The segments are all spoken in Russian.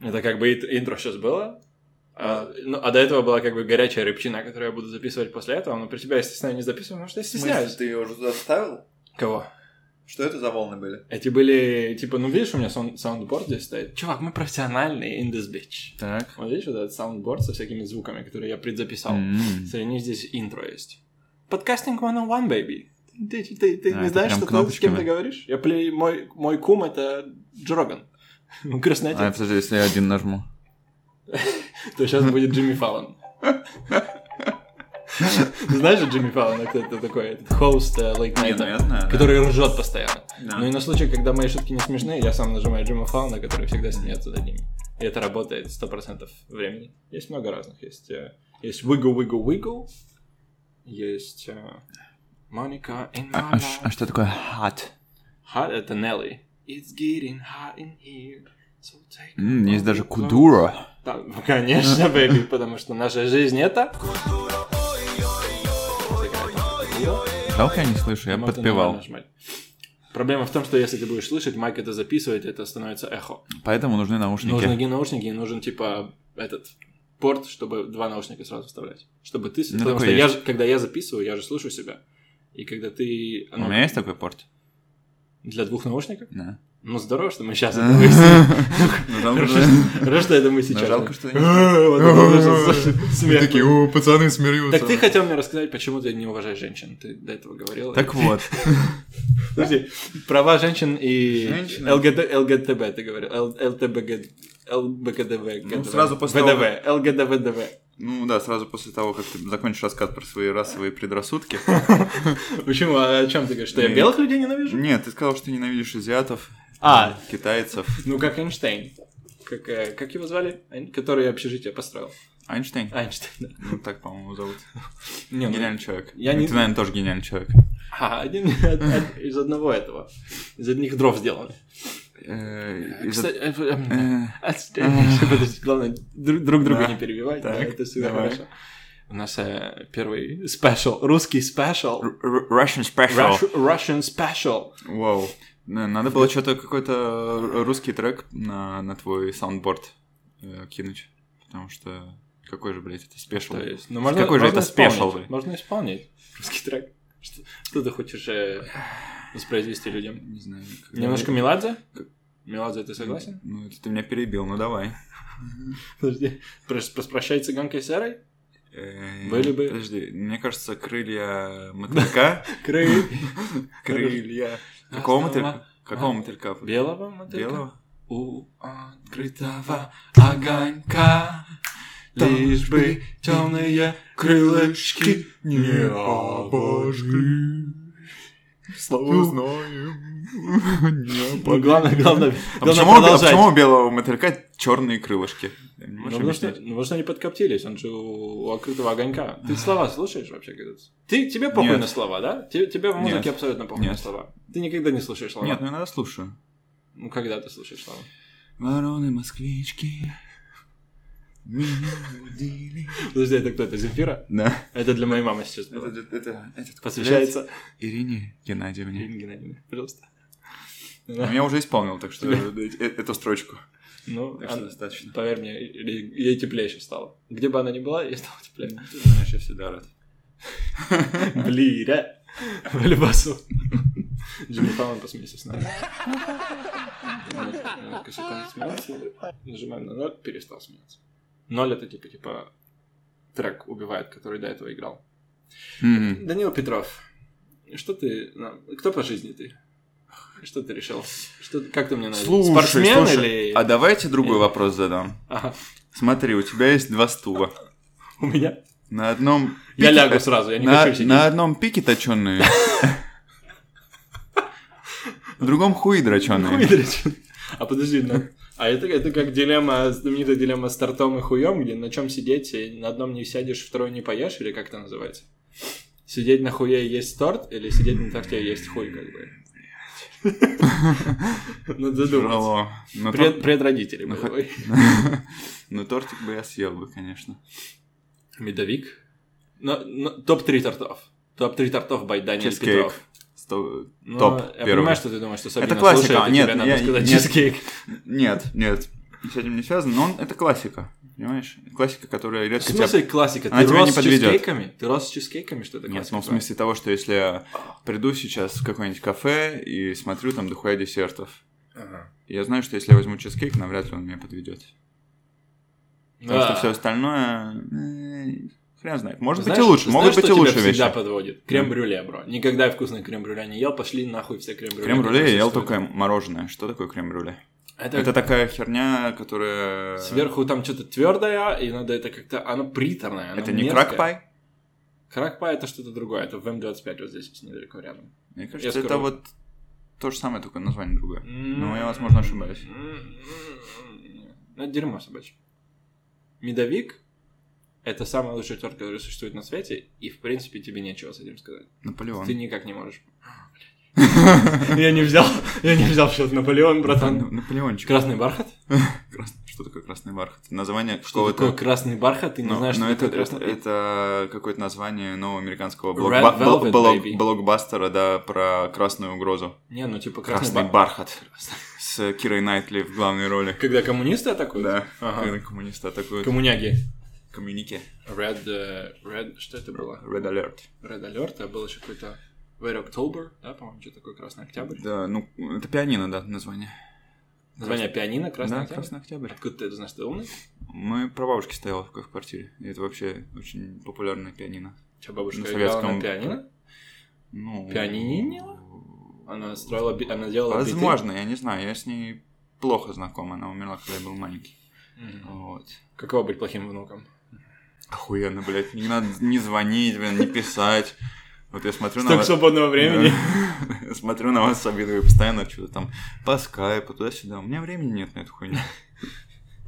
Это как бы ит- интро сейчас было. А, ну, а до этого была как бы горячая рыбчина, которую я буду записывать после этого. Но про тебя, естественно, я не записываю, потому что я В смысле, стесняюсь. ты ее уже туда вставил? Кого? Что это за волны были? Эти были, типа, ну видишь, у меня сан- саундборд здесь стоит. Чувак, мы профессиональные in this bitch. Так. Вот видишь, вот этот саундборд со всякими звуками, которые я предзаписал. Среди них здесь интро есть. Подкастинг 101, baby. Ты, ты, ты, ты А, не это знаешь, что ты прям с кем-то кнопочками? говоришь? Я плей... Мой, мой кум — это Джороган. Ну, краснотик. подожди, если А, я один нажму. то сейчас будет Джимми Фаллон. Знаешь же Джимми Фаллон, это, это такой этот хост э, Late Не, Night, ну, я знаю, да. который ржет постоянно. Да. Ну и на случай, когда мои шутки не смешные, я сам нажимаю Джима Фаллона, который всегда смеется над ними. И это работает 100% времени. Есть много разных. Есть, э, есть Wiggle Wiggle Wiggle, есть э, Моника in А, my life. что такое hot? Hot это Нелли. It's getting hot in here, so take off your Ну, clothes. Да, ну, конечно, бэби, потому что наша жизнь это... Жалко, я не слышу, я Надо подпевал. нажимать. Проблема в том, что если ты будешь слышать, майк это записывать, это становится эхо. Поэтому нужны наушники. Нужны наушники, и нужен типа этот порт, чтобы два наушника сразу вставлять. Чтобы ты... Ну, потому такой что я есть. же, когда я записываю, я же слышу себя. И когда ты... У ну, меня есть такой порт? Для двух наушников? Да. Ну, здорово, что мы сейчас это выяснили. Ну, жалко, Хорошо, что- ну, хорошо, что это мы сейчас. жалко, что не- Вот это просто слушай, смех. о, пацаны смеются. Так ты хотел мне рассказать, почему ты не уважаешь женщин. Ты до этого говорил. Так вот. Подожди, права женщин и Женщины. ЛГД, ЛГТБ, ты говорил. Л- ЛТБГ, ЛБГДВ. Ну, ГДВ. сразу после того, ВДВ, ЛГДВДВ. Ну да, сразу после того, как ты закончишь рассказ про свои расовые предрассудки. Почему? А о чем ты говоришь? Что я Не. белых людей ненавижу? Нет, ты сказал, что ненавидишь азиатов, А. китайцев. Ну, как Эйнштейн. Как, э, как его звали? Эйн- Который общежитие построил. Эйнштейн? Эйнштейн, да. Ну, так, по-моему, зовут. Не, ну, Гениальный человек. я Ну, не- Ты, наверное, тоже гениальный человек. а, один од- од- из одного этого. Из одних дров сделан. Э, из-за- Кстати, э, э, э, Отстань. Подожди, главное, друг, друг друга Да. не перебивать. да, Так, это всегда давай. хорошо. У нас э, первый спешл, русский спешл. Р- Р- Russian special. Rush- Russian special. Вау. Н- Надо было что-то, какой-то р- русский трек на, на твой саундборд э, кинуть. Потому что какой же, блядь, это спешл. То есть, ну, можно, Какой же можно это спешл, исполнить, блядь? Можно исполнить русский трек. Что, что ты хочешь э, воспроизвести людям? Не знаю. когда- Немножко Меладзе? Меладзе, ты согласен? Ну, это ты меня перебил, ну давай. Подожди. Прос- Проспрощай цыганкой серой? Э, Были бы. Подожди, мне кажется, крылья мотылька. Кры. Крылья. Какого Красного. мотылька? Какого мотылька? Белого мотылька? Белого? У открытого огонька Лишь бы темные крылышки не обожгли Слово знаем. Не Ну, главное, главное, А почему, а почему у белого мотылька черные крылышки? Ну, Можешь потому что, объяснить? ну, потому что они подкоптились, он же у, у открытого огонька. Ты слова слушаешь вообще, говорится? Ты, тебе похуй Нет. на слова, да? Те- тебе в музыке Нет. абсолютно похуй на Нет. слова. Ты никогда не слушаешь слова. Нет, ну иногда слушаю. Ну, когда ты слушаешь слова? Вороны, москвички. меня любили. Подожди, это кто? Это Земфира? Да. Это для моей мамы сейчас было. этот Посвящается Ирине Геннадьевне. Ирине Геннадьевне, пожалуйста. Ну, Я уже исполнил, так что э, э, эту строчку. Ну, Так что она- достаточно. Поверь мне, ей ей теплее сейчас стало. Где бы она ни была, ей стало теплее. Ты знаешь, я всегда рад. Блиря. В Альбасу. Джимми Фаллон посмейся с нами. Кошельком смеялся. Нажимаем на ноль, перестал смеяться. Ноль это типа, типа трек убивает, который до этого играл. Мгм. Данила Петров, что ты... нам- Кто по жизни ты? Что ты решил? Что, как ты мне нравишься? Слушай, Спортсмен слушай, или... а давайте другой вопрос задам. Ага, Смотри, у тебя есть два стула. у меня... На одном... Я пике- лягу сразу, я не на, хочу сидеть. на одном пике точеные. В другом хуи дроченые. Хуйдрич. А подожди, ну, а это, это как дилемма, знаменитая дилемма с тортом и хуем, где на чем сидеть, и на одном не сядешь, второй не поешь, или как это называется? Сидеть на хуе и есть торт, или сидеть на торте и есть хуй, как бы? Надо задуматься. Тяжело. Но, Пред, тор- предродители, Ну, by the хоть- way. но тортик бы я съел бы, конечно. Медовик. Но- но Топ-3 тортов. Топ-3 тортов by Даниэль Чизкейк. Петров. Сто- Ну, Топ я первый. понимаю, что ты думаешь, что Сабина классика, слушает, и нет, тебе надо я- сказать нет. чизкейк. Нет, нет. с этим не связано, но он, это классика, понимаешь? Классика, которая В редко тебя... смысле классика? Она Ты тебя не рос с подведёт. чизкейками? Ты рос с чизкейками, что это Нет, классика? ну в смысле того, что если я приду сейчас в какое-нибудь кафе и смотрю там дохуя десертов, Ага. я знаю, что если я возьму чизкейк, навряд ли он меня подведет. Потому Да. что все остальное... э, Хрен знает. Может быть и Знаешь- лучше. знаешь, Могут быть и что тебя лучше вещи. всегда подводит? Крем-брюле, бро. Никогда я вкусный крем-брюле не ел, пошли нахуй все крем-брюле. Крем-брюле я которые ел существуют. только мороженое. Что такое крем-брюле? Это, Это такая херня, которая... сверху там что-то твердое, и надо это как-то... Оно приторное, оно Это не мерзкое. крак-пай? Крак-пай это что-то другое, это в М25 вот здесь недалеко рядом. Мне Я кажется, это скоро- вот то же самое, только название другое. Ну, я, возможно, ошибаюсь. Ну, это дерьмо собачье. Медовик — это самый лучший торт, который существует на свете, и, в принципе, тебе нечего с этим сказать. Наполеон. Ты никак не можешь. Я не взял, я не взял в счет Наполеон, братан. Наполеончик. Красный бархат? Крас- Что такое красный бархат? Название Что какого-то... такое красный бархат? Ты не Ну, знаешь, ну, что это, такое это, красный бархат? это какое-то название нового американского Red блокба- Velvet, бл- блок- baby. блокбастера, да, про красную угрозу. Не, ну типа красный Красный бархат. бархат. С Кирой Найтли в главной роли. Когда коммунисты атакуют? Да, Ага. когда коммунисты атакуют. Коммуняги. Коммуники. Red, э, Red, что это было? Red Alert. Red Alert, а был еще какой-то Red October, да, по-моему, что такое Красный Октябрь. Да, ну, это пианино, да, название. Название пианино Красный да, Октябрь. Красный Октябрь. Откуда ты это знаешь, ты умный? Мы прабабушки стояла в в квартире. И это вообще очень популярное пианино. Чё, бабушка На играла советском- на пианино? Ну, а- Пианинила? Она строила, би- она делала биты? Возможно, я не знаю, я с ней плохо знаком, она умерла, когда я был маленький. Мгм. Вот. Каково быть плохим внуком? Охуенно, блядь, не надо не звонить, блин, не писать. Вот я смотрю на Столько вас... свободного времени. Я Смотрю на вас с обидой постоянно что-то там по скайпу, туда-сюда. У меня времени нет на эту хуйню.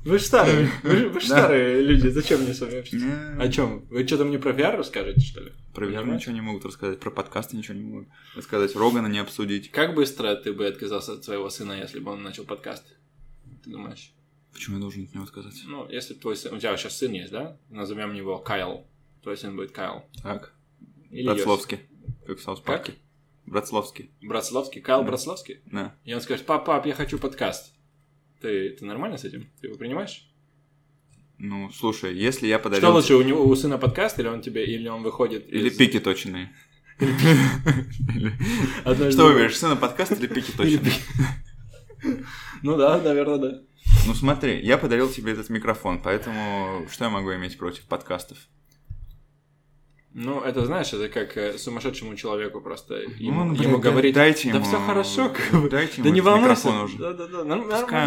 Вы ж старые, вы ж- вы ж Да. Ну. старые люди, зачем мне с вами общаться? О Про чем? Вы что-то мне про VR расскажете, что ли? VR Понимаешь? ничего не могут рассказать, про подкасты ничего не могут рассказать, Рогана не обсудить. Как быстро ты бы отказался от своего сына, если бы он начал подкаст? Ты думаешь? Почему я должен от него отказаться? Ну, если твой сын... У тебя сейчас сын есть, да? Назовем его Кайл. Твой сын будет Кайл. Так, Или Йосиф. Братсловский, как в Саус Как? Парке. Братсловский, Братславский, Кайл Да. Братславский. да. И он скажет, пап, пап, я хочу подкаст. Ты, ты нормально с этим? Ты его принимаешь? Ну, слушай, если я подарил... Что лучше, у него у сына подкаст, или он тебе, или он выходит Или из- пики точные. Однажды- Что выберешь, сына подкаст или пики Или точные? пи- Ну да, наверное, да. Ну смотри, я подарил тебе этот микрофон, поэтому что я могу иметь против подкастов? Ну, это знаешь, это как э, сумасшедшему человеку просто ему, Ну, ему блядь, говорить. дайте да ему- все хорошо, как бы. Дайте Да не этот волнуйся. микрофон уже. Да, да, да, Пускай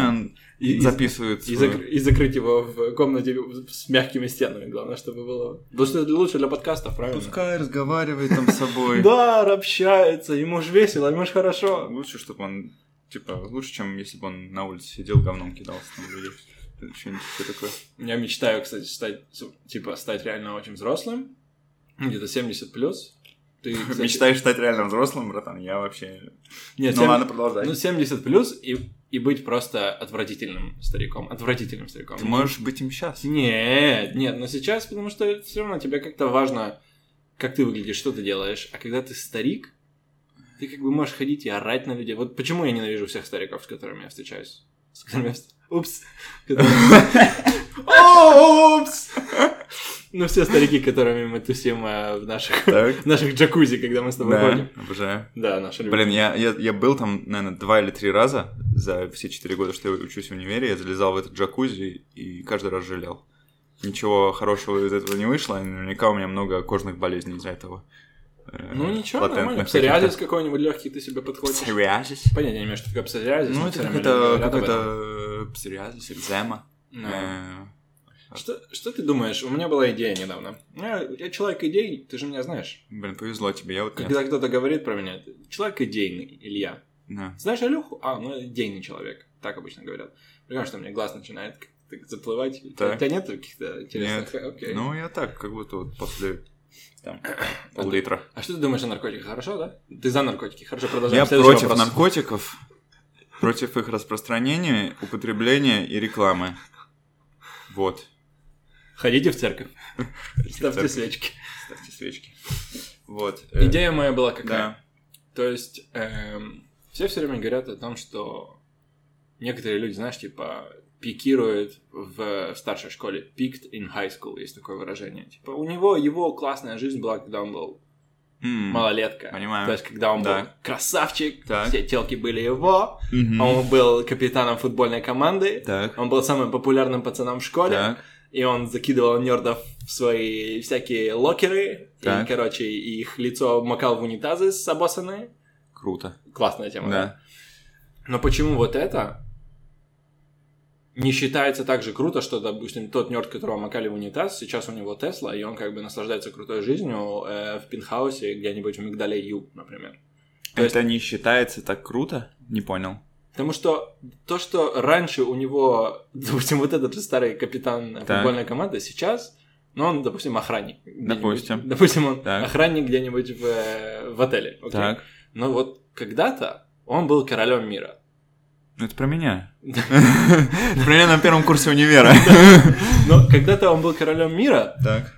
нормально. он И- и- записывает И, свой- закры- и закрыть его в комнате с мягкими стенами, главное, чтобы было. Потому что это лучше для подкастов, правильно? Пускай разговаривает там с собой. Да, общается, ему же весело, ему же хорошо. Лучше, чтобы он, типа, лучше, чем если бы он на улице сидел, говном кидался там в людей. Это Что-нибудь всё такое. Я мечтаю, кстати, стать, су- типа, стать реально очень взрослым, ну, где-то 70 плюс. Ты, кстати, Мечтаешь стать реально взрослым, братан? Я вообще... Нет, Ну сем- ладно, продолжай. ну, 70 плюс и, и быть просто отвратительным стариком. Отвратительным стариком. Ты можешь быть им сейчас. Нет, нет, но сейчас, потому что все равно тебе как-то важно, как ты выглядишь, что ты делаешь. А когда ты старик, ты как бы можешь ходить и орать на людей. Вот почему я ненавижу всех стариков, с которыми я встречаюсь. С которыми я... вст- Упс. Которые- О, Упс! Ну, все старики, которыми мы тусим э, в наших Так? в наших джакузи, когда мы с тобой Да, ходим. обожаю. Да, наши любимые. Блин, я, я, я был там, наверное, два или три раза за все четыре года, что я учусь в универе. Я залезал в этот джакузи и каждый раз жалел. Ничего хорошего из этого не вышло. и Наверняка у меня много кожных болезней из-за этого. Э, Ну ничего, латентных нормально. каких-то. Псориазис какой-нибудь легкий ты себе подходишь. Псориазис? Понятия не имею, что такое псориазис. Ну, но это всё равно какой-то люди говорят об этом. какой-то псориазис, экзема. Да. Э, Что, что ты думаешь? У меня была идея недавно. Я, я человек идей, ты же меня знаешь. Блин, повезло тебе, я вот нет. Когда кто-то говорит про меня, ты человек идейный, Илья. Да. Знаешь Алюху? А, ну идейный человек. Так обычно говорят. Понимаешь, что у меня глаз начинает как-то так заплывать. У тебя- У Так. тебя нет каких-то интересных... э, Окей. Ну, я так, как будто вот после там, пол-литра. А что ты думаешь о наркотиках? Хорошо, да? Ты за наркотики. Хорошо, продолжаем. Я Следующий против вопрос. наркотиков, против их распространения, употребления и рекламы. Вот. Ходите в церковь. Ставьте церковь. свечки. Ставьте свечки. Вот. э, Идея моя была какая? Да. То есть эм, все все время говорят о том, что некоторые люди, знаешь, типа пикирует в старшей школе. Picked in high school, есть такое выражение. Типа, у него его классная жизнь была, когда он был М, малолетка. Понимаю. То есть, когда он Да. был красавчик, Так. все телки были его, а Мгм. он был капитаном футбольной команды, Так. он был самым популярным пацаном в школе, Так. и он закидывал нердов в свои всякие локеры, и, Так. короче, их лицо макал в унитазы с обоссанные. Круто. Классная тема, да? Да. Но почему вот это не считается так же круто, что, допустим, тот нерд, которого макали в унитаз, сейчас у него Тесла, и он как бы наслаждается крутой жизнью э, в пентхаусе где-нибудь в Мигдале Ю, например. То есть- Это не считается так круто? Не понял. Потому что то, что раньше у него, допустим, вот этот же старый капитан Так. футбольной команды, сейчас, ну, он, допустим, охранник. где-нибудь. Допустим. Допустим, он Так. охранник где-нибудь в, э, в отеле. окей. Так. Но вот когда-то он был королем мира. Ну, это про меня. Да. Про меня на первом курсе универа. Но когда-то он был королем мира, Так.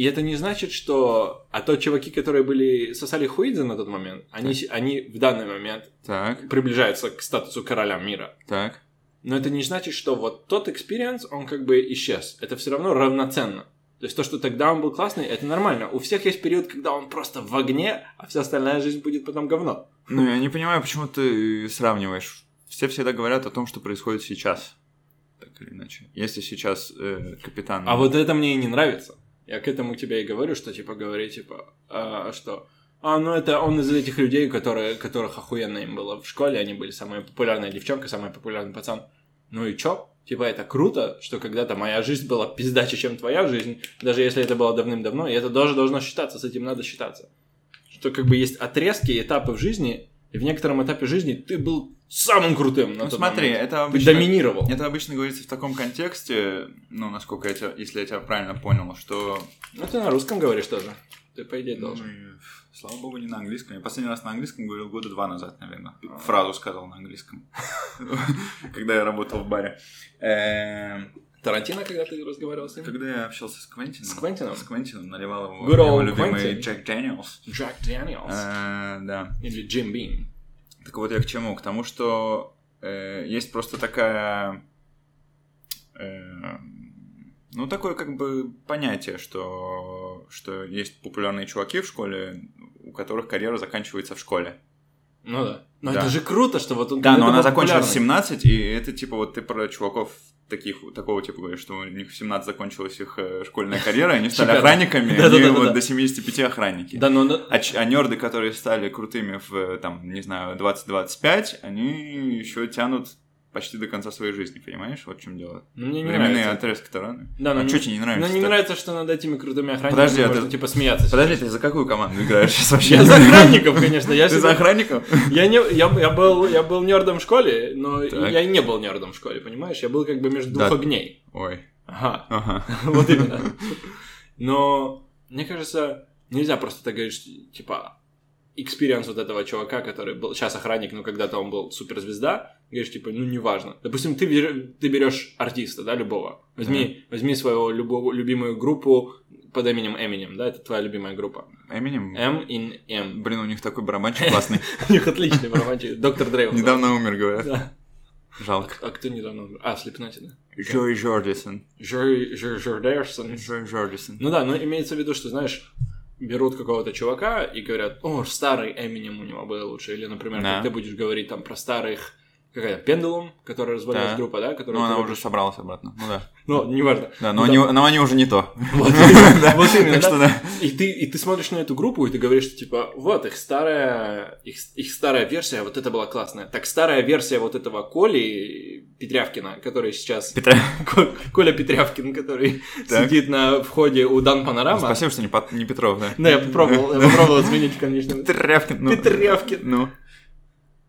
И это не значит, что... А то чуваки, которые были сосали Хуидзе на тот момент, они, с- они в данный момент Так. приближаются к статусу короля мира. Так. Но это не значит, что вот тот экспириенс, он как бы исчез. Это все равно равноценно. То есть то, что тогда он был классный, это нормально. У всех есть период, когда он просто в огне, а вся остальная жизнь будет потом говно. Ну, я не понимаю, почему ты сравниваешь. Все всегда говорят о том, что происходит сейчас. Так или иначе. Если сейчас э, капитан... А вот это мне и не нравится. Я к этому тебе и говорю, что типа говори, типа, а, что... А, ну это он из этих людей, которые, которых охуенно им было в школе, они были самая популярная девчонка, самый популярный пацан. Ну и чё? Типа это круто, что когда-то моя жизнь была пиздаче, чем твоя жизнь, даже если это было давным-давно, и это тоже должно считаться, с этим надо считаться. Что как бы есть отрезки, этапы в жизни, и в некотором этапе жизни ты был самым крутым на Ну, тот смотри, момент. это Ты обычно... доминировал. Это обычно говорится в таком контексте, ну, насколько я тебя, если я тебя правильно понял, что... Ну ты на русском говоришь тоже. Ты по идее должен. Ну, и, слава богу, не на английском. Я последний раз на английском говорил года два назад, наверное. Фразу сказал на английском, когда я работал в баре. Эм, Тарантино, когда ты разговаривал с ним? Когда я общался с Квентином... С Квентином? С Квентином, наливал его Good old его любимый Квентин. Джек Дэниелс. Джек Дэниелс. Э, Да. Или Джим Бин. Так вот я к чему? К тому, что э, есть просто такая... э, ну, такое как бы понятие, что, что есть популярные чуваки в школе, у которых карьера заканчивается в школе. Ну да. Но Да. это же круто, что вот он... Да, Ну, это но она был закончилась в популярный. 17, и это типа вот ты про чуваков таких, вот такого типа говоришь, что у них в 17 закончилась их э, школьная карьера, и они стали Шикарно. охранниками, и они Да-да-да-да-да. вот до 75 охранники. Да, но... но- А, ч- а нерды, которые стали крутыми в, э, там, не знаю, 20-25, они еще тянут почти до конца своей жизни, понимаешь? Вот в чем дело. ну, мне не Временные нравится. отрезки-то разные. Да, но а не- что тебе не Но нравится? не нравится, что над этими крутыми охранниками Подожди, а можно, ты- типа, смеяться. Подожди, ты за какую команду играешь сейчас вообще? Я за охранников, конечно. Я Ты всегда- за охранников? Я не, я, я был, я был нердом в школе, но Так. я и не был нердом в школе, понимаешь? Я был как бы между двух Да. огней. Ой, Ага. ага. Вот именно. Но мне кажется, нельзя просто так говорить, что, типа, экспириенс вот этого чувака, который был сейчас охранник, но когда-то он был суперзвезда, говоришь, типа, ну, неважно. Допустим, ты, бер- ты берешь артиста, да, любого. Возьми, возьми свою любого, любимую группу под именем Эминем, да, это твоя любимая группа. Эминем? M in M. Блин, у них такой барабанчик классный. У них отличный барабанщик. Доктор Дрейв. Недавно умер, говорят. Да. Жалко. А кто недавно умер? А, Слепнати, да? Джой Жордисон. Жори- Жор- Жордерсон. Джой Жордисон. Ну да, но имеется в виду, что, знаешь, берут какого-то чувака и говорят, о, старый Эминем у него был лучше. Или, например, Да. как ты будешь говорить там про старых, какая Пендулум, которая развалилась Да. группа, да? Ну, Которая она уже собралась обратно. Ну да. Ну, неважно. Да, но Ну они, да. но они уже не то. Вот именно, Да. вот именно, Так да. что да. И ты, и ты смотришь на эту группу, и ты говоришь, что типа, вот, их старая, их, их старая версия, вот это была классная. Так старая версия вот этого Коли Петрявкина, который сейчас... Петра, Ко- Коля Петрявкин, который Так. сидит на входе у Дан Панорама. Спасибо, что не, Пат- не Петров, да. Да, Ну, я попробовал, я попробовал изменить в конечном Петрявкин. ну. Петрявкин. Ну.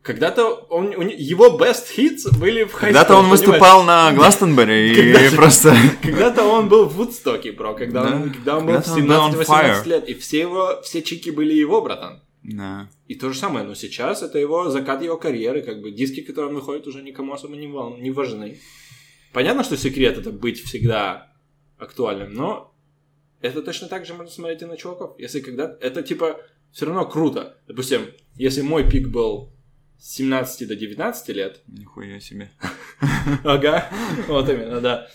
Когда-то он, у не- его best hits были в хай Когда-то он выступал на Гластонбери Когда и же? просто... Когда-то он был в Вудстоке, бро, когда, он, Да. когда он был в Когда-то он был on 17-18 fire. лет, и все его, все чики были его, братан. Да. И то же самое, но сейчас это его закат его карьеры, как бы диски, которые он выходит, уже никому особо не, вал- не важны. Понятно, что секрет это быть всегда актуальным, но это точно так же можно смотреть и на чуваков. Если когда это типа все равно круто. Допустим, если мой пик был с 17 до 19 лет. Нихуя себе. Ага, вот именно, да.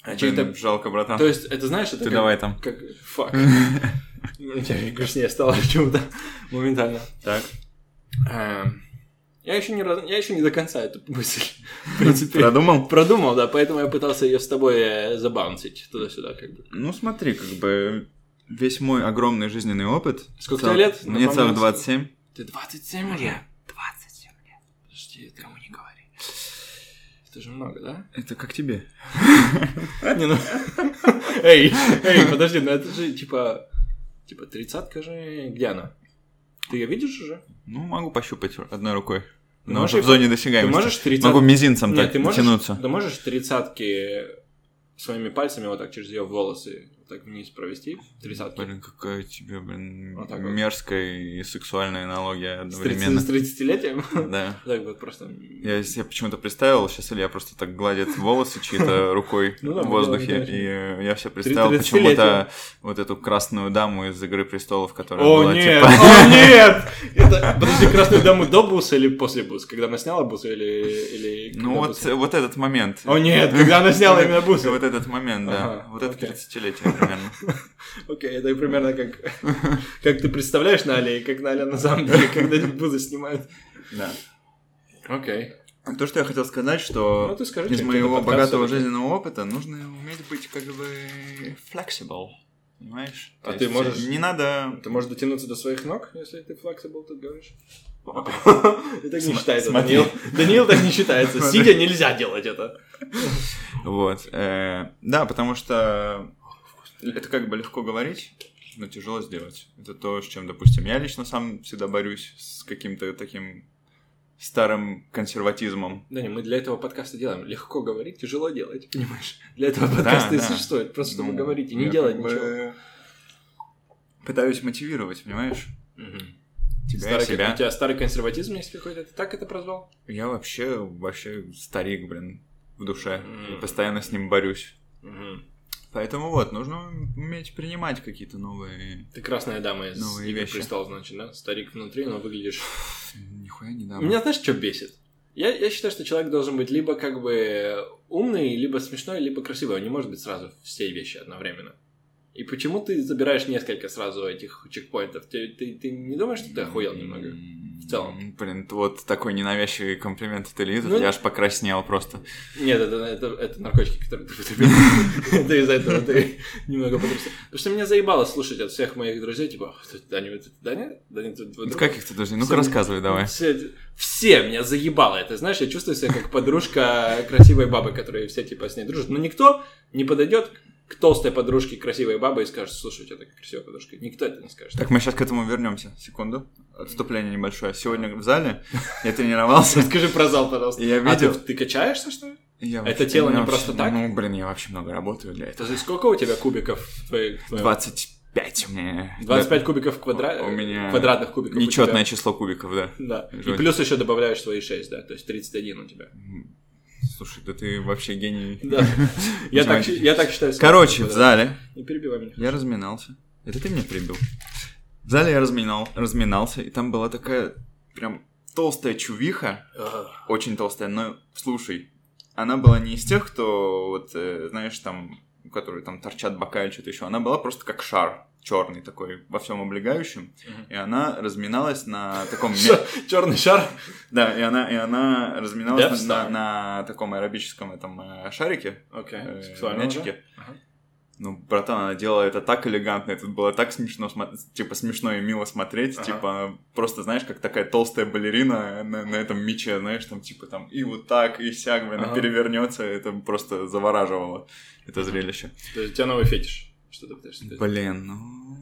А чё Блин, это- Жалко, братан. То есть, это знаешь, это Ты как- давай там. Как... Фак. Мне грустнее стало почему-то моментально. Так. Эм, Я еще не раз- я еще не до конца эту мысль, в принципе, Продумал? продумал, да, поэтому я пытался ее с тобой э, забаунсить туда-сюда, как бы. Ну смотри, как бы весь мой огромный жизненный опыт. Сколько Цел- тебе лет? Мне Напомни. целых 27. Ты 27 уже? 27 лет. Подожди, это кому не говори. Это же много, да? Это как тебе? Не, ну... Эй, эй, подожди, ну это же типа... Типа тридцатка же... Где она? Ты ее видишь уже? Ну, могу пощупать одной рукой. Ты Но можешь уже в и- зоне Ну, Ты досягаемости. можешь тридцатку... Могу мизинцем Нет, так ты можешь, тянуться. ты можешь тридцатки своими пальцами вот так через ее волосы вот так вниз провести? Тридцатки. Блин, какая у тебя, блин, Вот так вот. мерзкая и сексуальная аналогия С 30 одновременно. с 30-летием? Да. Так вот просто... Ну Я себе почему-то представил, сейчас Илья просто так гладит волосы чьи-то рукой Ну да, в воздухе, да, да. и э, я себе представил 30-летие. почему-то вот эту красную даму из «Игры престолов», которая О, была, нет! типа, О, нет! Это, подожди, красную даму до буса или после буса? Когда она сняла бусы или... или Ну когда вот, бусы? вот этот момент. О, нет, когда она сняла именно бусы. Вот этот момент, да. Ага, Вот это окей. 30-летие примерно. Окей, это примерно как... Как ты представляешь на Али, и как на Али на самом деле, когда бузы снимают. Да. Окей. То, что я хотел сказать, Ну что ты скажи, из что моего это подкаст богатого всё-таки. жизненного опыта нужно уметь быть как бы flexible, понимаешь? А То ты есть можешь- Не надо... Ты можешь дотянуться до своих ног, если ты флексибл, тут говоришь? И так не См- считается, смотри. Даниил. Даниил так не считается. Сидя нельзя делать это. Вот. э, Да, потому что это как бы легко говорить, но тяжело сделать. Это то, с чем, допустим, я лично сам всегда борюсь с каким-то таким старым консерватизмом, Да не, мы для этого подкаста делаем. Легко говорить, тяжело делать, понимаешь? Для этого Да, подкаста и да. существует. Просто чтобы Ну, говорить и не я делать как бы ничего. Пытаюсь мотивировать, понимаешь? Мгм. Тебя и Старый- У себя. тебя старый консерватизм есть какой-то? Ты так это прозвал? Я вообще, вообще старик, блин, в душе. М. И постоянно с ним борюсь. Мгм. Поэтому вот, нужно уметь принимать какие-то новые... Ты красная дама из Новые «Игры вещи. престолов», значит, да? Старик внутри, но выглядишь Нихуя не дам. Меня знаешь, что бесит? Я, я считаю, что человек должен быть либо как бы умный, либо смешной, либо красивый. Он не может быть сразу все вещи одновременно. И почему ты забираешь несколько сразу этих чекпоинтов? Ты, ты, ты не думаешь, что ты охуел немного? В целом. Блин, вот такой ненавязчивый комплимент от Ильи, тут Ну, я аж покраснел просто. Нет, это, это, это наркотики, которые ты потребил. Это из-за этого ты немного потрясся. Потому что меня заебало слушать от всех моих друзей, типа, «Ты, Даня, вот это Даня? Даня, тут твой Ну, друг?» каких ты друзей? Ну-ка Всем- рассказывай давай. Все, все меня заебало это, знаешь, я чувствую себя как подружка красивой бабы, которые все типа с ней дружат. Но никто не подойдет к толстой подружке красивой бабы и скажет, слушай, у тебя такая красивая подружка. Никто это не скажет. Так, мы сейчас к этому вернемся. Секунду. Отступление небольшое. Сегодня в зале я тренировался. Скажи про зал, пожалуйста. Я А ты, видел. ты качаешься, что ли? Я Это вообще- тело я не вообще- просто так? Ну, блин, я вообще много работаю для этого. Это за сколько у тебя кубиков? в твоей- в твоем- 25 у меня. 25 кубиков квадра... У меня квадратных кубиков. у тебя. Нечетное число кубиков, да. Да. И Жесть. плюс еще добавляешь свои 6, да, то есть 31 у тебя. М, Слушай, да ты вообще гений. Да. Я так, Математик. я так считаю. сколько Короче, в квадратов. зале Не перебивай меня. я разминался. Это ты меня прибил. В зале я разминал, разминался, и там была такая прям толстая чувиха, Ах, очень толстая, но слушай, она была не из тех, кто, вот, э, знаешь, там, у которой там торчат бока или что-то еще, она была просто как шар черный такой, во всем облегающем, Мгм. и она разминалась на таком... мя- Черный шар. Да, и она, и она Death разминалась Star. на, на таком аэробическом этом э, шарике, Окей. э, Сексуально, мячике. да? Ага. Ну, братан, она делала это так элегантно, это было так смешно, смо- типа, смешно и мило смотреть, Ага. типа, она просто, знаешь, как такая толстая балерина на, на этом мяче, знаешь, там, типа, там, и вот так, и сяк, блин, Ага. она перевернется, это просто завораживало, это зрелище. То есть у тебя новый фетиш. Что ты пытаешься сказать? Блин, ну...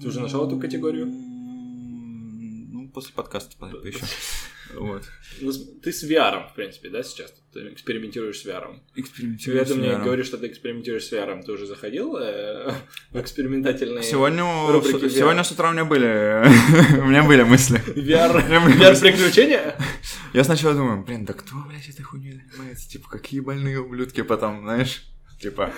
Ты уже нашел эту категорию? Ну, после подкаста поищу. Вот. Ну, с- Ты с VR, в принципе, да, сейчас? Ты экспериментируешь с VR. Экспериментирую Я с мне VR. говоришь, что ты экспериментируешь с VR. Ты уже заходил э, в экспериментательные... Сегодня, рубрики с- VR. сегодня с утра у меня были, у меня были мысли. VR... Я бы- VR-приключения? Я сначала думаю, блин, да кто, блядь, этой хуйней занимается? Типа, какие больные ублюдки потом, знаешь? Типа,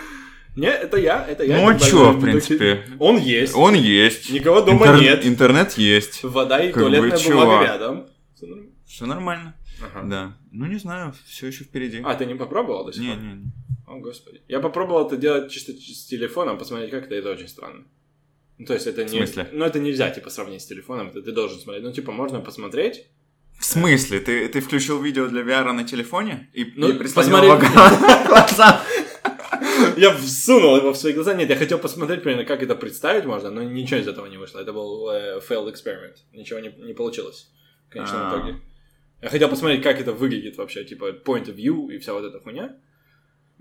Не, это я, это я. ну а Это чё, в больной принципе? ублюдок. Он есть. Он есть. Никого дома Интер- нет. Интернет есть. Вода и Как бы, туалетная чувак. бумага рядом. Всё нормально. Все нормально. Ага. Да. Ну, не знаю, все еще впереди. А, ты не попробовал до сих не, пор? не, не. О, господи. Я попробовал это делать чисто ч- с телефоном, посмотреть как это, это очень странно. Ну, то есть это не... В смысле? Ну, это нельзя, типа, сравнить с телефоном, это ты должен смотреть. Ну, типа, можно посмотреть. В смысле? Ты, ты включил видео для VR на телефоне и, Ну, и прислонил посмотри. его к глазам? Я всунул его в свои глаза. Нет, я хотел посмотреть примерно, как это представить можно, но ничего из этого не вышло. Это был э, failed experiment. Ничего не, не получилось в конечном А. итоге. Я хотел посмотреть, как это выглядит вообще, типа, point of view и вся вот эта хуйня.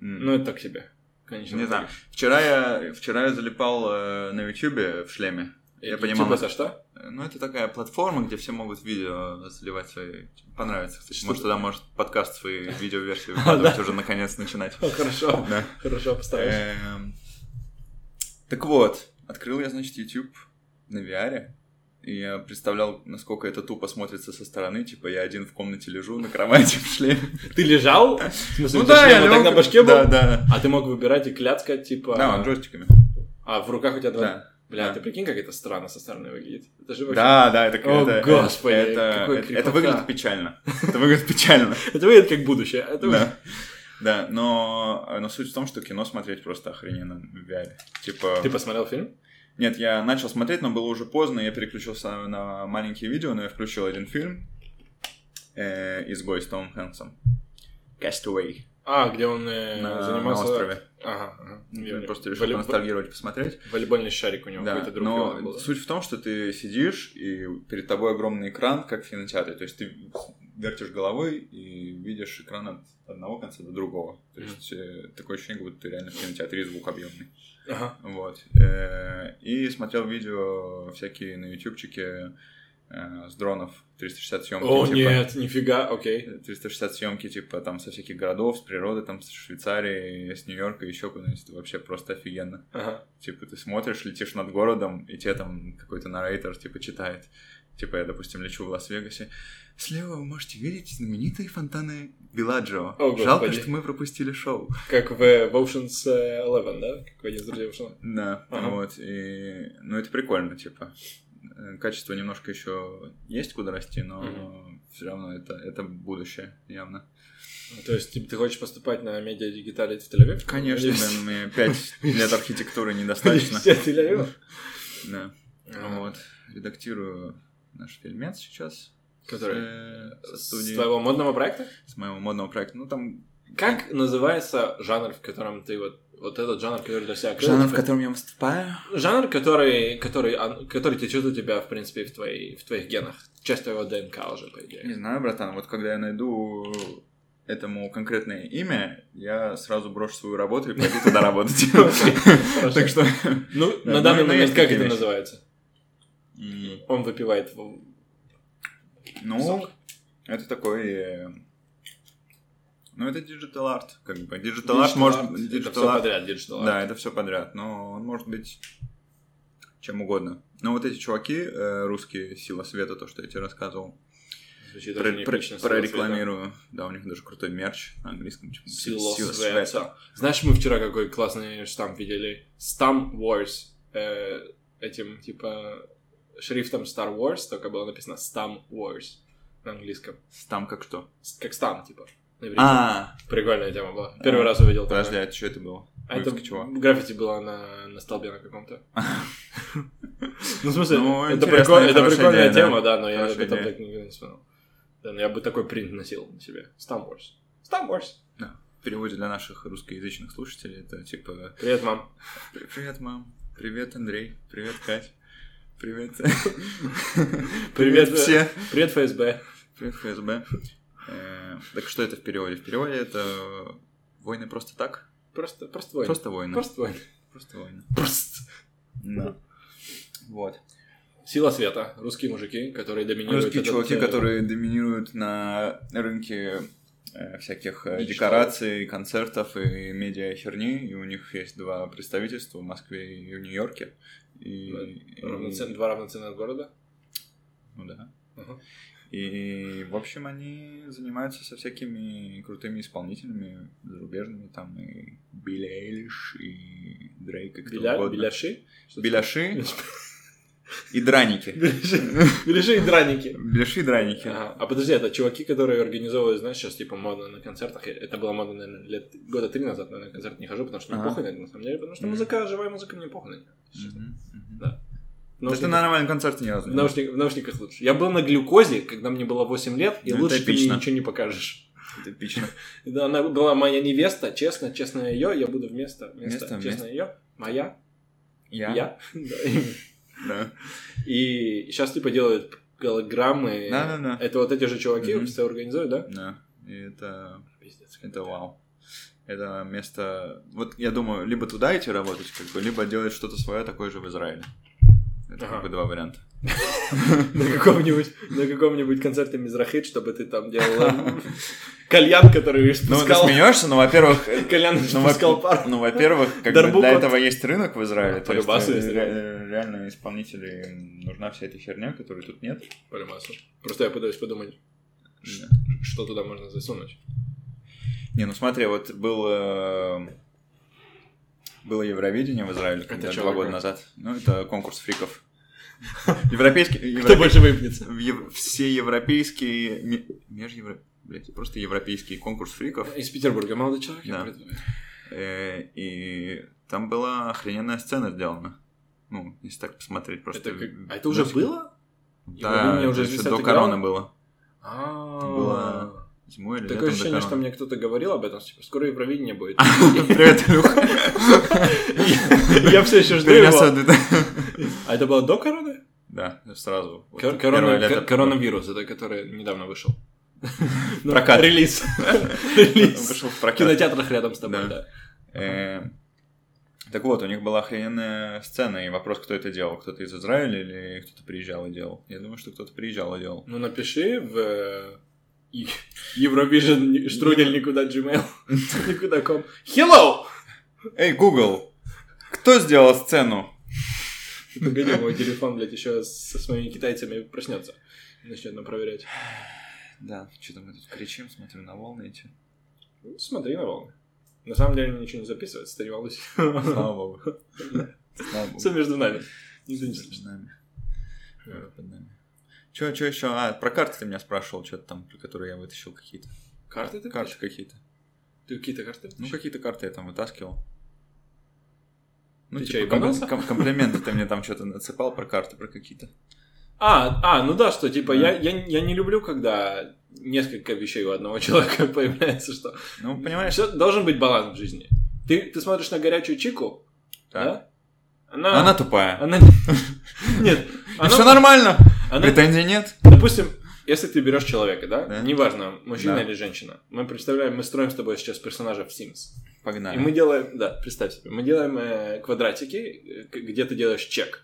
М, Но это так себе. Конечно. Не знаю. Вчера я, вчера я залипал э, на Ютубе в шлеме. Я понимал. это типа, что? Ну, это такая платформа, где все могут видео заливать свои... Понравится, кстати. Что А, Может, ты- тогда может подкаст свои видеоверсии выкладывать уже наконец начинать. О, Ну, хорошо. Да. Хорошо поставишь. Эм, Так вот, открыл я, значит, YouTube на VR. И я представлял, насколько это тупо смотрится со стороны. Типа, я один в комнате лежу на кровати в шлеме. Ты лежал? В смысле, у тебя шлем вот Ну лёг. так на башке был? Да, да. А ты мог выбирать и кляцкать, типа... Да, джойстиками. А в руках у тебя два... Да. Бля, Да. ты прикинь, как это странно со стороны выглядит. Это же вообще... Да, да, это О, это- господи, это, какой это, крепота. это выглядит печально. Это выглядит печально. Это выглядит как будущее. Это выглядит- Да. Да, но, э, но суть в том, что кино смотреть просто охрененно в VR. Типа... Ты посмотрел фильм? Нет, я начал смотреть, но было уже поздно, я переключился на маленькие видео, но я включил один фильм э, «Изгой» с Томом Хэнксом. Castaway. А, где он э, На, занимался... на острове. Ага, ага. Я Я- просто решил волей- ностальгировать, посмотреть. Волейбольный шарик у него Да, какой-то другой но был. суть в том, что ты сидишь, и перед тобой огромный экран, как в кинотеатре. То есть ты вертишь головой и видишь экран от одного конца до другого. То Мгм. есть э, такое ощущение, как будто ты реально в кинотеатре, и звук объемный. Ага. Вот. Э, И смотрел видео всякие на ютубчике э, с дронов 360 съемки. О, типа, нет, нифига, окей. 360 съемки, типа, там, со всяких городов, с природы, там, с Швейцарии, с Нью-Йорка, еще куда-нибудь. Это вообще просто офигенно. Ага. Типа, ты смотришь, летишь над городом, и тебе там какой-то нарейтор, типа, читает. Типа, я, допустим, лечу в Лас-Вегасе. Слева вы можете видеть знаменитые фонтаны Беладжио. О, Жалко, господи. что мы пропустили шоу. Как в, э, в Ocean's э, Eleven, да? Как в один из друзей Ocean's Да, Ага. вот, и... Ну, это прикольно, типа. Э, Качество немножко еще есть куда расти, но все равно это, это будущее, явно. Ну, То есть, типа, ты хочешь поступать на медиа дигиталит в Тель-Авив? Конечно, Или- блин, мне пять лет архитектуры недостаточно. Университет Тель-Авива? Да, вот. Редактирую наш фильмец сейчас. Который? Э, со С студии, твоего модного проекта? с моего модного проекта. Ну, там Как называется жанр, в котором ты вот вот этот жанр, который для себя открыл, жанр, в типа, котором я выступаю. жанр, который, который, он- который течет у тебя, в принципе, в, твоей, в твоих генах. Часть твоего ДНК уже, по Не идее. знаю, братан, вот когда я найду этому конкретное имя, я сразу брошу свою работу и пойду туда работать. Окей, хорошо. Так что... Ну, Да, на ну, данный ну, момент есть как такие это вещи. называется? м, Он выпивает в- Ну, Сок. это такой... э, Ну, это диджитал арт, как бы. Диджитал арт Digital может... art. Это Digital все арт, подряд, digital art. да, это все подряд, но он может быть чем угодно. Но вот эти чуваки, э, русские, Сила Света, то, что я тебе рассказывал, Звучит про- очень про- необычно, прорекламирую. Да, у них даже крутой мерч на английском. типа, Сила «Сила света. Знаешь, мы вчера какой классный штамп видели? Stamp Wars. Э, этим, типа, шрифтом Star Wars, только было написано Stamp Wars на английском. Там как что? С- Как стам, типа. на иврите. А, Прикольная тема была. Первый раз увидел такое. подожди, а что это было? А это Вывеска чего? граффити было на, на столбе на каком-то. Ну, в смысле, Ну, это, интересная, прикольно- это хорошая прикольная идея, да. тема, да, но я об Хорошая этом идея. так никогда не вспоминал. Да, но я бы такой принт носил на себе. Stamp Wars. Stamp Wars. В переводе для наших русскоязычных слушателей это типа Привет, мам. «При- «Привет, мам», «Привет, Андрей», «Привет, Кать», «Привет». Привет, «Привет все». Привет, ФСБ. «Привет, ФСБ». Э, Так что это в переводе? В переводе это «Войны просто так». Просто, просто войны. Просто войны. Просто войны. Просто войны. Просто. Да. Вот. Сила света. Русские мужики, которые доминируют. Русские этот, чуваки, э, которые доминируют на рынке э, всяких э, Диджитал. декораций, концертов и медиа херни, и у них есть два представительства в Москве и в Нью-Йорке. И, и- равноцен- Два равноценных города. ну да. Ага. И, в общем, они занимаются со всякими крутыми исполнителями зарубежными, там и Билли Эйлиш, и Дрейк, и кто Беля- угодно. Беляши? Что-то Беляши, И драники. Бережи бережи и драники. Беши драники. А, а подожди, это чуваки, которые организовывают, знаешь, сейчас типа модно на концертах. Это было модно, наверное, лет года три назад, но я на концерт не хожу, потому что мне Ага. похуй на это, на самом деле, потому что Мгм. музыка, живая музыка мне похуй на неё, если честно. Мгм, мгм. Да. Да ты Наушники- на нормальном концерте ни разу в, не был. наушник- в наушниках лучше. Я был на глюкозе, когда мне было 8 лет, и Ну, это лучше ты мне эпично. ничего не покажешь. Это эпично. Да, она была моя невеста, честно, честное ее, я буду вместо, вместо, Вместо, честное ее, моя, Я? я. Да, именно. Да. И сейчас типа делают голограммы. Да-да-да. Это вот эти же чуваки Мгм. все организуют, да? Да. И это... Пиздец. Это вау. Это место... Вот я думаю, либо туда идти работать, как бы, либо делать что-то свое такое же в Израиле. Это Ага. как бы два варианта. На каком-нибудь, на каком-нибудь концерте Мизрахит, чтобы ты там делал э, кальян, который Ну, ты спускал. смеешься, но, во-первых... э, Кальян Ну, во- спускал пар. ну, во-первых, как бы Дарбук для вот. этого есть рынок в Израиле. То есть, Полюбасу э, есть ре- э, реально исполнителям нужна вся эта херня, которой тут нет. Полюбасу. Просто я пытаюсь подумать, Ш- что туда можно засунуть. Не, ну смотри, вот был, э, было Евровидение в Израиле когда чё два такое? года назад. Ну, это конкурс фриков. Европейский... Кто европе- больше выпьется? в ев- Все европейские... ме- межевро- блядь, просто европейский конкурс фриков. Из Петербурга молодой человек. я Да. предлагаю. Э, И там была охрененная сцена сделана. Ну, если так посмотреть, просто... Это как- А это уже досик- было? Да, Евровидение уже это здесь еще до отыграло? короны было. А. Было Зимой или Такое летом до ощущение, что короны. мне кто-то говорил об этом, типа, скоро Евровидение будет. Привет, Илюха. Я все еще жду Перенес его. вот- А это было до короны? Да, сразу. Вот Кор- первое корона- лето- кор- Коронавирус, это который недавно вышел. Ну, Прокат. Релиз. Релиз. Вышел в В прокат. кинотеатрах рядом с тобой, Да. да. Э, Так вот, у них была охрененная сцена, и вопрос, кто это делал. Кто-то из Израиля или кто-то приезжал и делал. Я думаю, что кто-то приезжал и делал. Ну, напиши в э, и- Eurovision штрудель никуда Gmail. Никуда ком. Hello! Эй, Google, кто сделал сцену? Погоди, Типа, мой телефон, блядь, еще со своими китайцами проснется. Начнет нам проверять. Да, что-то мы тут кричим, смотрю на волны эти. Ну, Смотри на волны. На самом деле ничего не записывается, ты не волнуйся. Слава богу. Слава богу. Все между нами. Нигде не Между слышно. нами. Город под нами. Чё, чё еще? А, про карты ты меня спрашивал, что-то там, про которые я вытащил какие-то. Карты ты Карты какие-то. Ты какие-то карты? Ну, пишешь? какие-то карты я там вытаскивал. Ну, Ты чё, типа, ком- ебанулся? ком- комплименты ты мне там что-то нацепал про карты, про какие-то. А, а, ну да, что типа Да. я, я, я не люблю, когда несколько вещей у одного человека появляется, что. Ну, понимаешь? Всё- должен быть баланс в жизни. Ты, ты смотришь на горячую чику, так. да? Она. Она тупая. она- Нет. она- все нормально. она- Претензий нет. Допустим, если ты берешь человека, да? Да. Неважно, мужчина Да. или женщина. Мы представляем, мы строим с тобой сейчас персонажа в Sims. И Погнали. мы делаем, да, представь себе, мы делаем э, квадратики, э, к- где ты делаешь чек.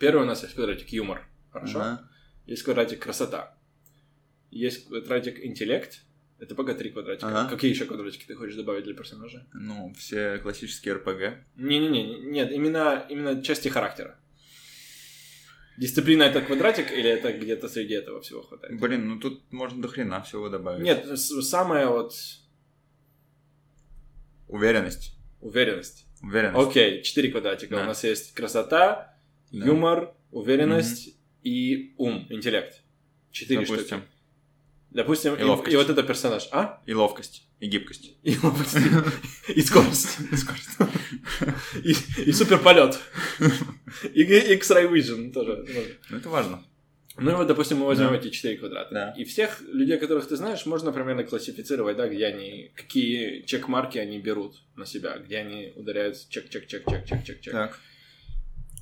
Первый у нас есть квадратик юмор, хорошо? Ага. Есть квадратик красота. Есть квадратик интеллект. Это пока три квадратика. Ага. Какие еще квадратики ты хочешь добавить для персонажа? Ну, все классические РПГ. Не-не-не, не- нет, именно, именно части характера. Дисциплина это квадратик или это где-то среди этого всего хватает? Блин, ну тут можно до хрена всего добавить. Нет, с- самая вот Уверенность. уверенность. Уверенность. Окей, четыре квадратика. Да. У нас есть красота, Да. юмор, уверенность и ум, интеллект. Четыре Допустим. штуки. Допустим, И и, ловкость. и вот это персонаж. А? И ловкость. И гибкость. И ловкость. И скорость. И скорость. И, и суперполет. И г- X-Ray Vision тоже. можно. Ну, это важно. Ну и вот, допустим, мы возьмем Да. эти четыре квадрата. Да. И всех людей, которых ты знаешь, можно примерно классифицировать, да, где они, какие чек-марки они берут на себя, где они ударяются чек-чек-чек-чек-чек-чек-чек. Так.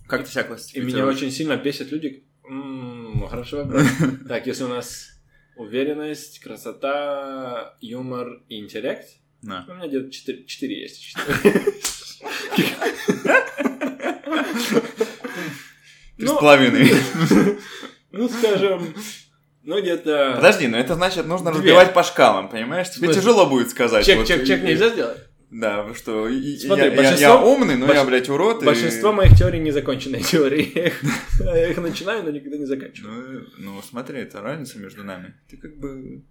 Как ты себя И классифицируешь? меня очень сильно бесит люди... М, Хороший вопрос. Так, если у нас уверенность, красота, юмор и интеллект, На. у меня где-то четыре четыре есть. Четыре. Три Ну, с половиной. Ну, скажем, ну где-то... Подожди, но это значит, нужно Две. разбивать по шкалам, понимаешь? Тебе Слушай, тяжело будет сказать. Чек, вот, чек, чек и- нельзя сделать? Да, вы что и- и- Смотри, я- я- я, большинство- умный, но я, больш- блядь, урод. и- Большинство моих теорий незаконченные теории. Я их- Я их начинаю, но никогда не заканчиваю. Ну, ну, смотри, это разница между нами. Ты как бы